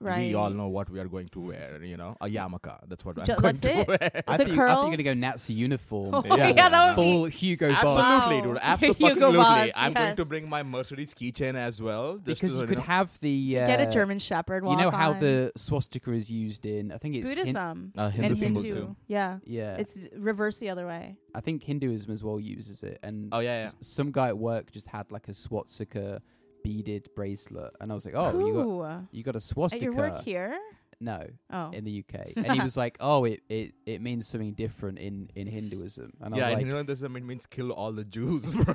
S2: right.
S3: we all know what we are going to wear. You know, a yarmulke. That's what I'm [laughs]
S2: Ju-
S3: going
S2: that's
S3: to
S2: it?
S3: wear.
S1: I
S2: The
S1: think, you- I think you're gonna go
S2: curls? [laughs]
S1: Nazi uniform.
S2: Oh,
S3: Yeah.
S2: yeah, that would
S1: Full
S2: be.
S1: Hugo Boss.
S3: Absolutely, [laughs] dude.
S2: Wow.
S3: Absolutely.
S2: Hugo Boss,
S3: I'm going to
S2: yes.
S3: bring my Mercedes keychain as well. Just
S1: Because
S3: to,
S1: you could
S3: know.
S1: have the uh,
S2: Get a German Shepherd.
S1: You know
S2: walk
S1: how
S2: on.
S1: the swastika is used in. I think it's Hin-
S2: Buddhism
S3: Uh, Hindu
S2: and
S3: symbols
S2: Hindu.
S3: too.
S2: Yeah.
S1: yeah,
S2: it's reverse the other way.
S1: I think Hinduism as well uses it. And
S3: Oh yeah, yeah.
S1: s- some guy at work just had like a swastika beaded bracelet, and I was like, oh, you got
S2: Ooh.
S1: you got a
S2: at
S1: swastika?
S2: your work here?
S1: No,
S2: Oh,
S1: in the UK,
S2: [laughs]
S1: and he was like, oh, it it it means something different in in Hinduism, and I was
S3: yeah, and
S1: like,
S3: you know this um, it means [laughs] kill all the Jews, bro.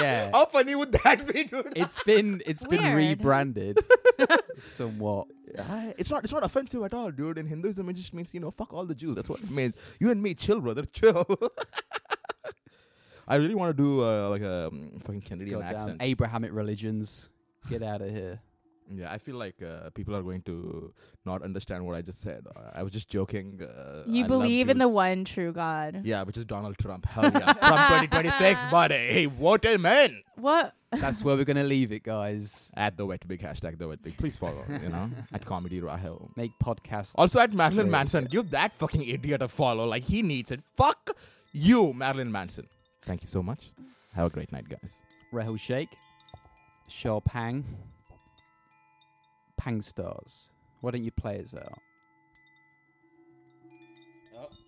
S1: yeah.
S3: How funny would that [laughs] be, dude?
S1: [laughs] It's been it's been
S2: Weird. [laughs]
S1: rebranded somewhat.
S3: I- it's not. It's not offensive at all, dude. In Hinduism, it just means you know, fuck all the Jews. That's what it means. You and me, chill, brother, [laughs] chill. I really want to do uh, like a um, fucking Canadian
S1: Goddamn
S3: accent.
S1: Abrahamic religions, get out of here.
S3: yeah, I feel like uh, people are going to not understand what I just said. Uh, I was just joking. Uh,
S2: you
S3: I love
S2: believe in the
S3: Jews.
S2: one true God.
S3: Yeah, which is Donald Trump. Hell yeah, Trump 2026, buddy. Hey, what a man!
S2: What?
S1: That's where we're gonna leave it, guys.
S3: At the wet big hashtag the wet big. Please follow. You know, at comedy Rahel.
S1: Make podcasts.
S3: Also at Marilyn
S1: Great.
S3: Manson. Give that fucking idiot a follow. Like he needs it. Fuck you, Marilyn Manson. Thank you so much. Have a great night, guys.
S1: Rahel Shake, Shah Pang, Pang Stars. Why don't you play us out?